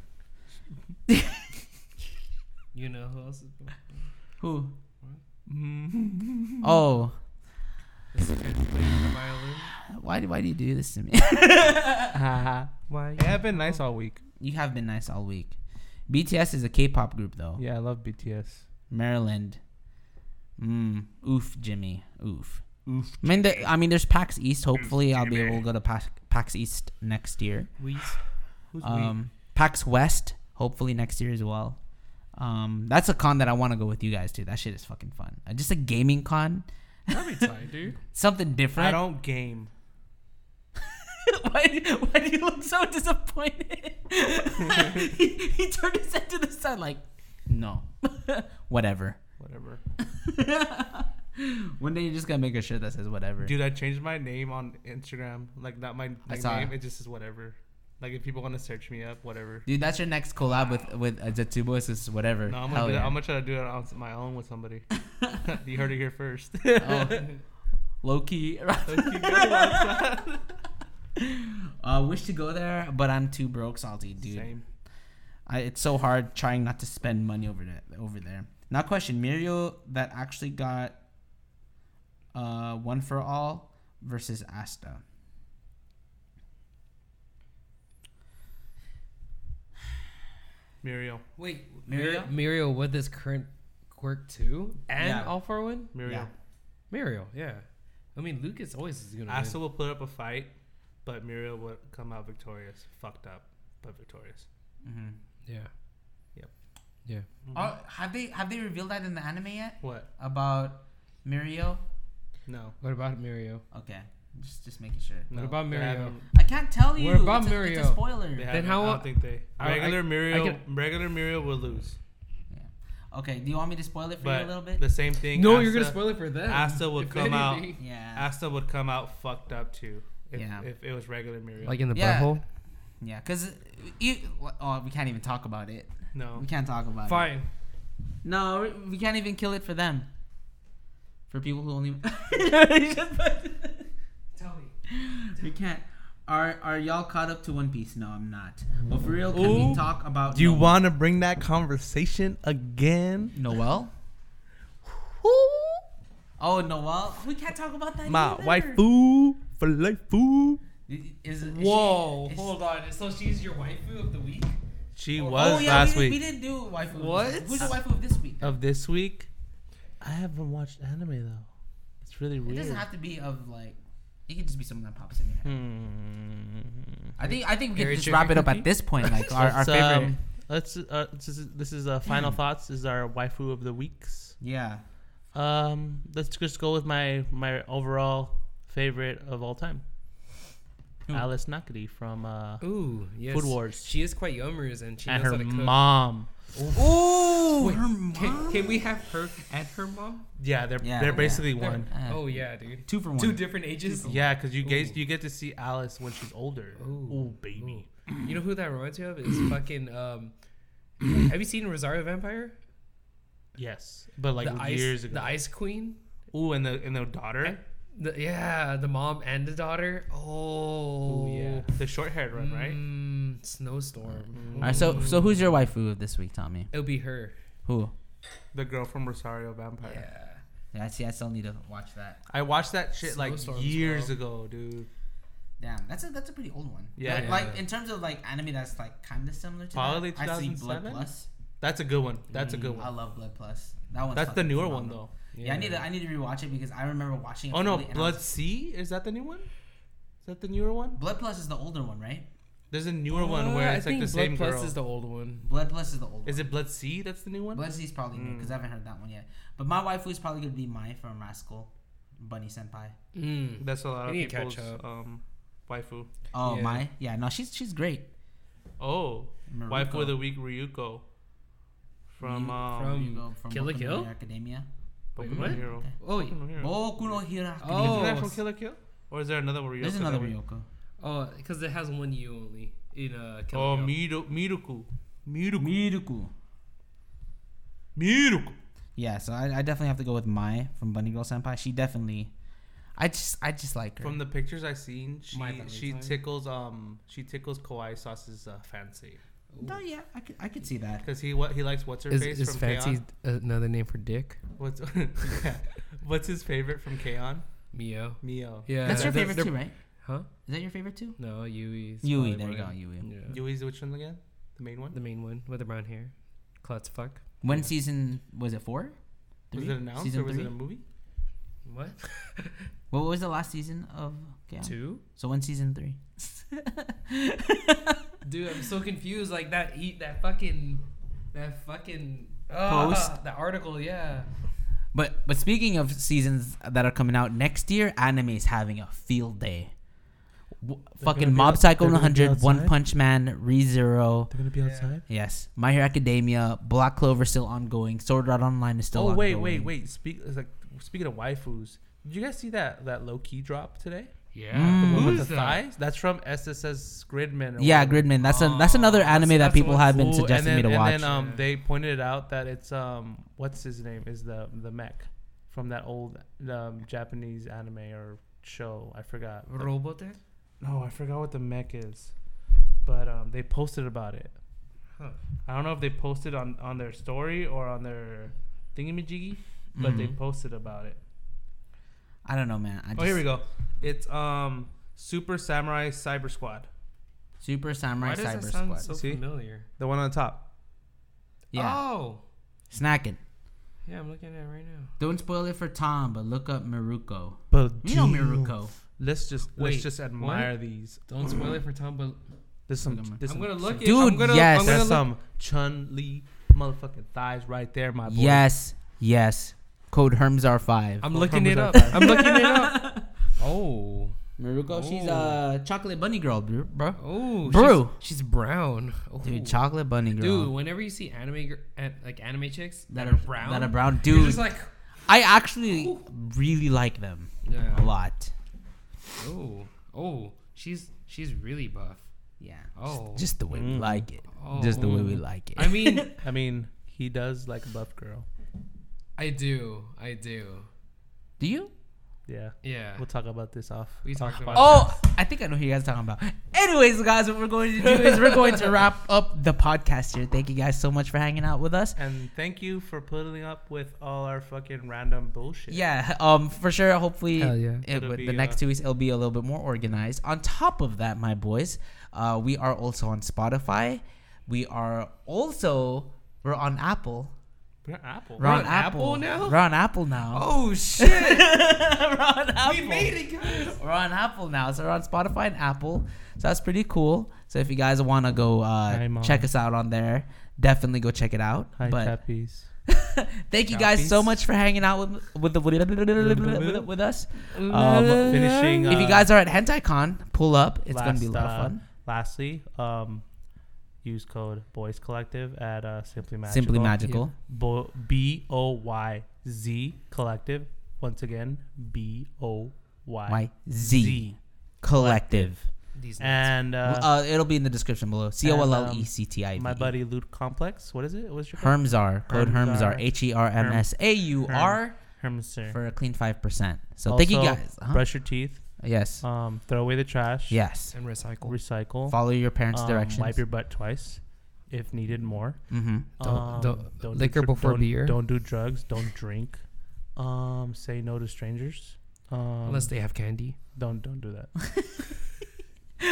A: You know who else is
B: Who?
A: Mm-hmm.
B: oh, why do why do you do this to me?
C: Why? Yeah, I've been nice all week.
B: you have been nice all week. BTS is a K-pop group though.
C: Yeah, I love BTS.
B: Maryland. Mm, oof, Jimmy. Oof. Oof. I mean, the, I mean, there's PAX East. Hopefully, I'll be able to go to PAX, PAX East next year.
A: Wheeze.
C: Who's we?
B: Um, PAX West, hopefully next year as well. Um, that's a con that I want to go with you guys to. That shit is fucking fun. Uh, just a gaming con,
A: That'd be tight, dude.
B: something different.
C: I don't game.
B: why, do- why do you look so disappointed? he, he turned his head to the side like, no, whatever.
C: Whatever.
B: One day you're just gonna make a shirt that says whatever.
C: Dude, I changed my name on Instagram. Like, not my
B: I
C: like,
B: saw
C: name.
B: it.
C: It just is whatever. Like, if people want to search me up, whatever.
B: Dude, that's your next collab with with uh, Zetsubo. It's just whatever.
C: No,
B: Hell
C: I'm gonna, do that.
B: yeah.
C: I'm gonna try to do it on s- my own with somebody. you heard it here first.
B: Oh. Low key. uh, wish to go there, but I'm too broke, salty, dude.
C: Same.
B: I, it's so hard trying not to spend money over there. Over there. Now, question: Muriel that actually got uh, one for all versus Asta.
C: Muriel.
B: Wait,
A: Muriel? Muriel with this current quirk too, and
B: Yeah.
A: all for a win.
C: Muriel.
A: Muriel, yeah. I mean, Lucas always is gonna.
C: Asta
A: win.
C: will put up a fight, but Muriel would come out victorious. Fucked up, but victorious.
B: Mm-hmm.
A: Yeah.
C: Yep.
A: Yeah.
B: Oh, have they have they revealed that in the anime yet
C: What?
B: about Muriel?
C: No.
A: What about Muriel?
B: Okay, just just making sure.
C: no.
A: about
C: they
A: Muriel?
C: haven't-
B: I can't tell you.
A: What about
B: it's a, It's
A: Muriel?
B: a spoiler.
C: They then
A: how-
C: how? I don't think they.
A: I- I-
C: Regular
A: I
C: Muriel.
A: can-
C: regular Muriel will lose.
B: Okay, do you want me to spoil it for you
C: But
B: a little bit?
C: the same thing.
A: No, you're gonna
C: Asta-
A: spoil it for them.
C: Asta would
A: If
C: come out-
A: anything.
B: Yeah.
C: Asta would come out fucked up too. If,
B: Yeah.
C: if it was regular Muriel.
A: Like in the
B: Yeah.
A: butthole.
B: Yeah, because you. Oh, we can't even talk about it.
C: no.
B: We can't talk about it.
A: Fine.
B: No, we- we can't even kill it for them. For people who only.
A: Tell me.
B: we can't. Are are y'all caught up to One Piece? No, I'm not. But for real, can we
C: Ooh.
B: talk about?
C: Do you
B: Noel?
C: want to bring that conversation again?
B: Noel? Oh, Noel. We can't talk about that.
C: My
B: either.
C: waifu for life, foo.
B: Is, is
A: Whoa,
B: She, is-
A: hold on. So she's your waifu of the week?
C: She
B: oh,
C: was
B: yeah,
C: last
B: we,
C: week.
B: Didn't, we didn't do waifu.
A: What?
B: Who's the waifu of this week?
C: Of this week, I haven't watched anime though. It's really
B: It
C: weird.
B: doesn't have to be of like. It could just be something that pops in your head.
C: Hmm.
B: I think I think we
A: Harry
B: can just
A: Chicken
B: wrap it up
A: Cookie?
B: at this point. Like our, our
C: Let's,
B: favorite.
C: um, let's. Uh, this is this is uh, final thoughts. This is our waifu of the weeks.
B: yeah.
C: Um, let's just go with my my overall favorite of all time. Alice Nakati from uh,
A: Ooh, yes.
C: Food Wars.
A: She is quite yumorous and she
C: and
A: knows
C: her
A: how to cook.
C: mom.
B: Ooh,
A: Wait,
B: her mom.
A: Can, can we have her and her mom?
C: Yeah, they're
B: Yeah,
C: they're
B: yeah.
C: basically one.
B: Uh,
A: oh yeah, dude.
B: two for one.
A: Two different ages.
C: Yeah, because you get you get to see Alice when she's older.
A: Ooh.
C: Ooh, baby.
A: You know who that reminds me of is fucking. Um, have you seen Rosario Vampire?
C: Yes, but like
A: the ice,
C: years ago.
A: the Ice Queen.
C: Ooh, and the and the daughter.
A: The, yeah, the mom and the daughter. Oh
C: Ooh, yeah, the short haired one, right?
A: Mm, snowstorm.
B: All right, so so who's your waifu of this week, Tommy?
A: It'll be her.
B: Who?
C: The girl from Rosario Vampire.
B: Yeah, I see. I still need to watch that.
C: I watched that shit like
A: Snowstorm as
C: years
A: well.
C: ago, dude.
B: Damn, that's a that's a pretty old one.
C: Yeah,
B: Like-
C: yeah.
B: like in terms of like anime, that's like kind of similar to
C: Probably
B: that. I see Blood
C: 2007?
B: Plus.
C: That's a good one. That's a good
B: Mm. I
C: one.
B: love Blood Plus. That one.
C: That's the newer one though.
B: Yeah. I need to I need to rewatch it because I remember watching. it
C: Oh no,
B: fully and I
C: Blood
B: was-
C: Sea is that the new one? Is that the newer one?
B: Blood Plus is the older one, right?
C: There's a newer one where
A: Uh,
C: it's
A: I
C: like the
A: think
C: same
A: Blood
C: girl.
A: Plus
C: Is,
A: is the old one.
B: Blood Plus is the old one.
C: it Blood Sea? That's the new one.
B: Blood Sea's probably
C: Mm.
B: new because I haven't heard that one yet. But my waifu is probably gonna be Mai from Rascal, Bunny Senpai.
A: Mm.
C: That's a lot
A: I
C: of
A: need to catch
C: people's
A: up.
C: um, waifu.
B: Oh
A: Yeah.
B: Mai, yeah, no, she's she's great.
C: Oh, waifu
B: Maruko.
C: of the week Ryuko from
B: Ryu-
C: um,
A: from-
B: You go from
A: Kill la
B: Boku no
A: Kill?
B: Hero Academia.
C: Boku no
A: What?
C: Hero.
A: Oh,
C: Boku no Hero.
B: Boku no Hero Academia.
C: Isn't
A: Oh,
C: that from
A: s-
C: Kill la Kill? Or is there another Ryuko?
B: There's another
C: that we-
B: Ryoko.
A: Oh, because it has one U only in uh. Kill la
C: Oh,
A: Kill.
C: Miru- Miruku. Miruku.
B: Miruku.
C: Miruku.
B: Yeah, so I, I definitely have to go with Mai from Bunny Girl Senpai. She definitely, I just I just like her.
C: From the pictures I've seen, she
A: My family
C: she
A: time.
C: tickles um she tickles Kawaii Sauce's uh, fancy
B: oh yeah, I could I could see that.
C: because he what he likes what's her
A: Is,
C: face
A: is
C: from
A: fancy
C: K-On?
A: another name for dick?
C: What's yeah. what's his favorite from K-On?
A: Mio.
C: Mio.
A: Yeah.
B: That's your
A: they're-
B: favorite
A: they're-
B: too, right?
A: Huh?
B: Is that your favorite too?
A: No, Yui's.
B: Yui,
A: probably
B: there you go,
A: mine.
B: Yui.
A: Yeah.
C: Yui's which one again? The main one.
A: The main one with the brown hair. Klutz fuck.
B: When season was it four?
C: Was
B: Three?
C: it announced
B: Season
C: or was
B: three?
C: it a movie?
A: What?
B: What was the last season of? Yeah.
A: Two?
B: So when season three?
A: Dude, I'm so confused. Like that eat that fucking that fucking ah,
B: Post?
A: the article, yeah.
B: But but speaking of seasons that are coming out next year, anime is having a field day. W-
C: gonna
B: fucking
C: be
B: Mob
C: out-
B: Psycho
C: they're gonna be
B: 100, One
C: outside?
B: Punch Man, ReZero.
C: They're gonna be outside.
B: Yes, My Hero Academia, Black Clover still ongoing, Sword Art Online is still.
C: oh wait,
B: ongoing.
C: wait, wait. Speak it's like speaking of waifus. Did you guys see that that low key drop today?
A: Yeah.
B: Mm.
C: With
A: Who's
C: the
A: that?
C: thighs? That's from SSS Gridman. or
B: Yeah,
C: whatever.
B: Gridman. That's a that's another
A: Oh, that's-
B: anime that
A: that's
B: people
A: what's
B: have been
C: Ooh,
B: suggesting
C: and
B: me
C: then,
B: to watch.
C: And then um,
A: Yeah.
C: they pointed out that it's um, what's his name is the the mech from that old um, Japanese anime or show. I forgot.
A: Robotech?
C: No, I forgot what the mech is, but um, they posted about it.
A: Huh.
C: I don't know if they posted on on their story or on their thingamajiggy, but they
B: Mhm.
C: posted about it.
B: I don't know, man. I just,
C: Oh, here we go. It's um Super Samurai Cyber Squad,
B: Super Samurai
A: Why does
B: Cyber
A: that sound
B: Squad.
A: so
C: See?
A: familiar?
C: the one on top.
B: yeah,
A: Oh.
B: snacking.
A: Yeah, I'm looking at it right now.
B: Don't spoil it for Tom, but look up Miruko.
C: But
B: You know Miruko.
C: Let's just
A: Wait,
C: let's just admire these.
A: Don't spoil it for Tom, but
C: There's some.
B: Look at my-
C: There's
A: I'm
C: some
A: gonna look it.
B: Dude,
A: I'm gonna,
B: yes.
A: I'm gonna look,
C: There's some Chun Li motherfucking thighs right there, my boy.
B: Yes, yes. Code Herms are five.
A: I'm
C: Full
A: looking it up.
C: chromosome.
A: I'm looking it up. Oh.
B: Miruko, she's a chocolate bunny girl, bro. bro.
A: Oh.
B: Brew.
A: She's, she's brown. Oh.
B: Dude, chocolate bunny girl.
A: Dude, whenever you see anime gir- an- like anime chicks
B: that are brown. That are brown.
A: you're
B: Dude,
A: just like,
B: I actually really like them a
A: yeah.
B: lot.
A: Oh, oh, she's she's really buff.
B: Yeah.
A: Oh,
B: Just the way we
C: Mm.
B: like it.
A: oh.
B: Just the way we like it.
A: I mean,
C: I mean, he does like a buff girl.
A: I do, I do.
B: Do you?
C: Yeah.
A: Yeah.
C: We'll talk about this off.
A: We
C: off
A: talked about
C: pod-
B: Oh, I think I know who you guys are talking about. Anyways, guys, what we're going to do is we're going to wrap up the podcast here. Thank you guys so much for hanging out with us.
C: And thank you for putting up with all our fucking random bullshit.
B: Yeah, um, for sure. Hopefully,
A: Hell yeah.
B: it,
C: It'll
B: with the
C: be,
B: next
C: uh,
B: two weeks it'll be a little bit more organized. On top of that, my boys, uh, we are also on Spotify. We are also we're on Apple.
C: We're Apple.
B: We're on
A: on Apple now?
B: We're on Apple now.
A: Oh shit!
B: we're on Apple.
A: we made it, guys.
B: We're on Apple now, so we're on Spotify and Apple. So that's pretty cool. So if you guys want to go uh,
C: Hi, Mom.
B: check us out on there, definitely go check it out.
C: Hi,
B: but
C: Tappies.
B: Thank you guys so
A: Choppies.
B: much for hanging out with with the with, with us. Um,
F: finishing.
B: if you
F: uh,
B: guys are at HentaiCon, pull up. It's gonna be a
F: last,
B: lot of
F: uh,
B: fun.
C: Lastly, um, use code Boys Collective at uh, Simply Magical.
B: Simply magical.
C: Bo- B O Y Z Collective. Once again, B O Y
B: Y Z collective.
C: Uh,
A: These nuts.
C: And uh,
B: Uh, it'll be in the description below. C O L L E
C: um,
B: C T I V.
C: my buddy Loot Complex. What is it? What's your code?
B: Hermzar. Code Hermzar.
C: Hermzar.
B: H E R M S A U R
C: Hermser.
B: for a clean five percent. So thank you
C: Also,
B: guys. Huh?
C: Brush your teeth.
B: Yes.
C: Um, throw away the trash.
B: Yes.
A: and recycle.
C: Recycle.
B: Follow your parents'
C: um,
B: directions.
C: Wipe your butt twice, if needed more.
B: hmm
A: Don't- don't- liquor
C: dr-
A: before
C: don't-
A: beer.
C: Don't do drugs. Don't drink. Um, say no to strangers. Um,
A: Unless they have candy.
C: don't don't do that.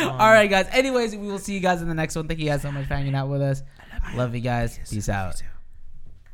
B: All right, guys. Anyways, we will see you guys in the next one. Thank you guys so much for hanging out with us. Love you guys. Peace out.
C: too.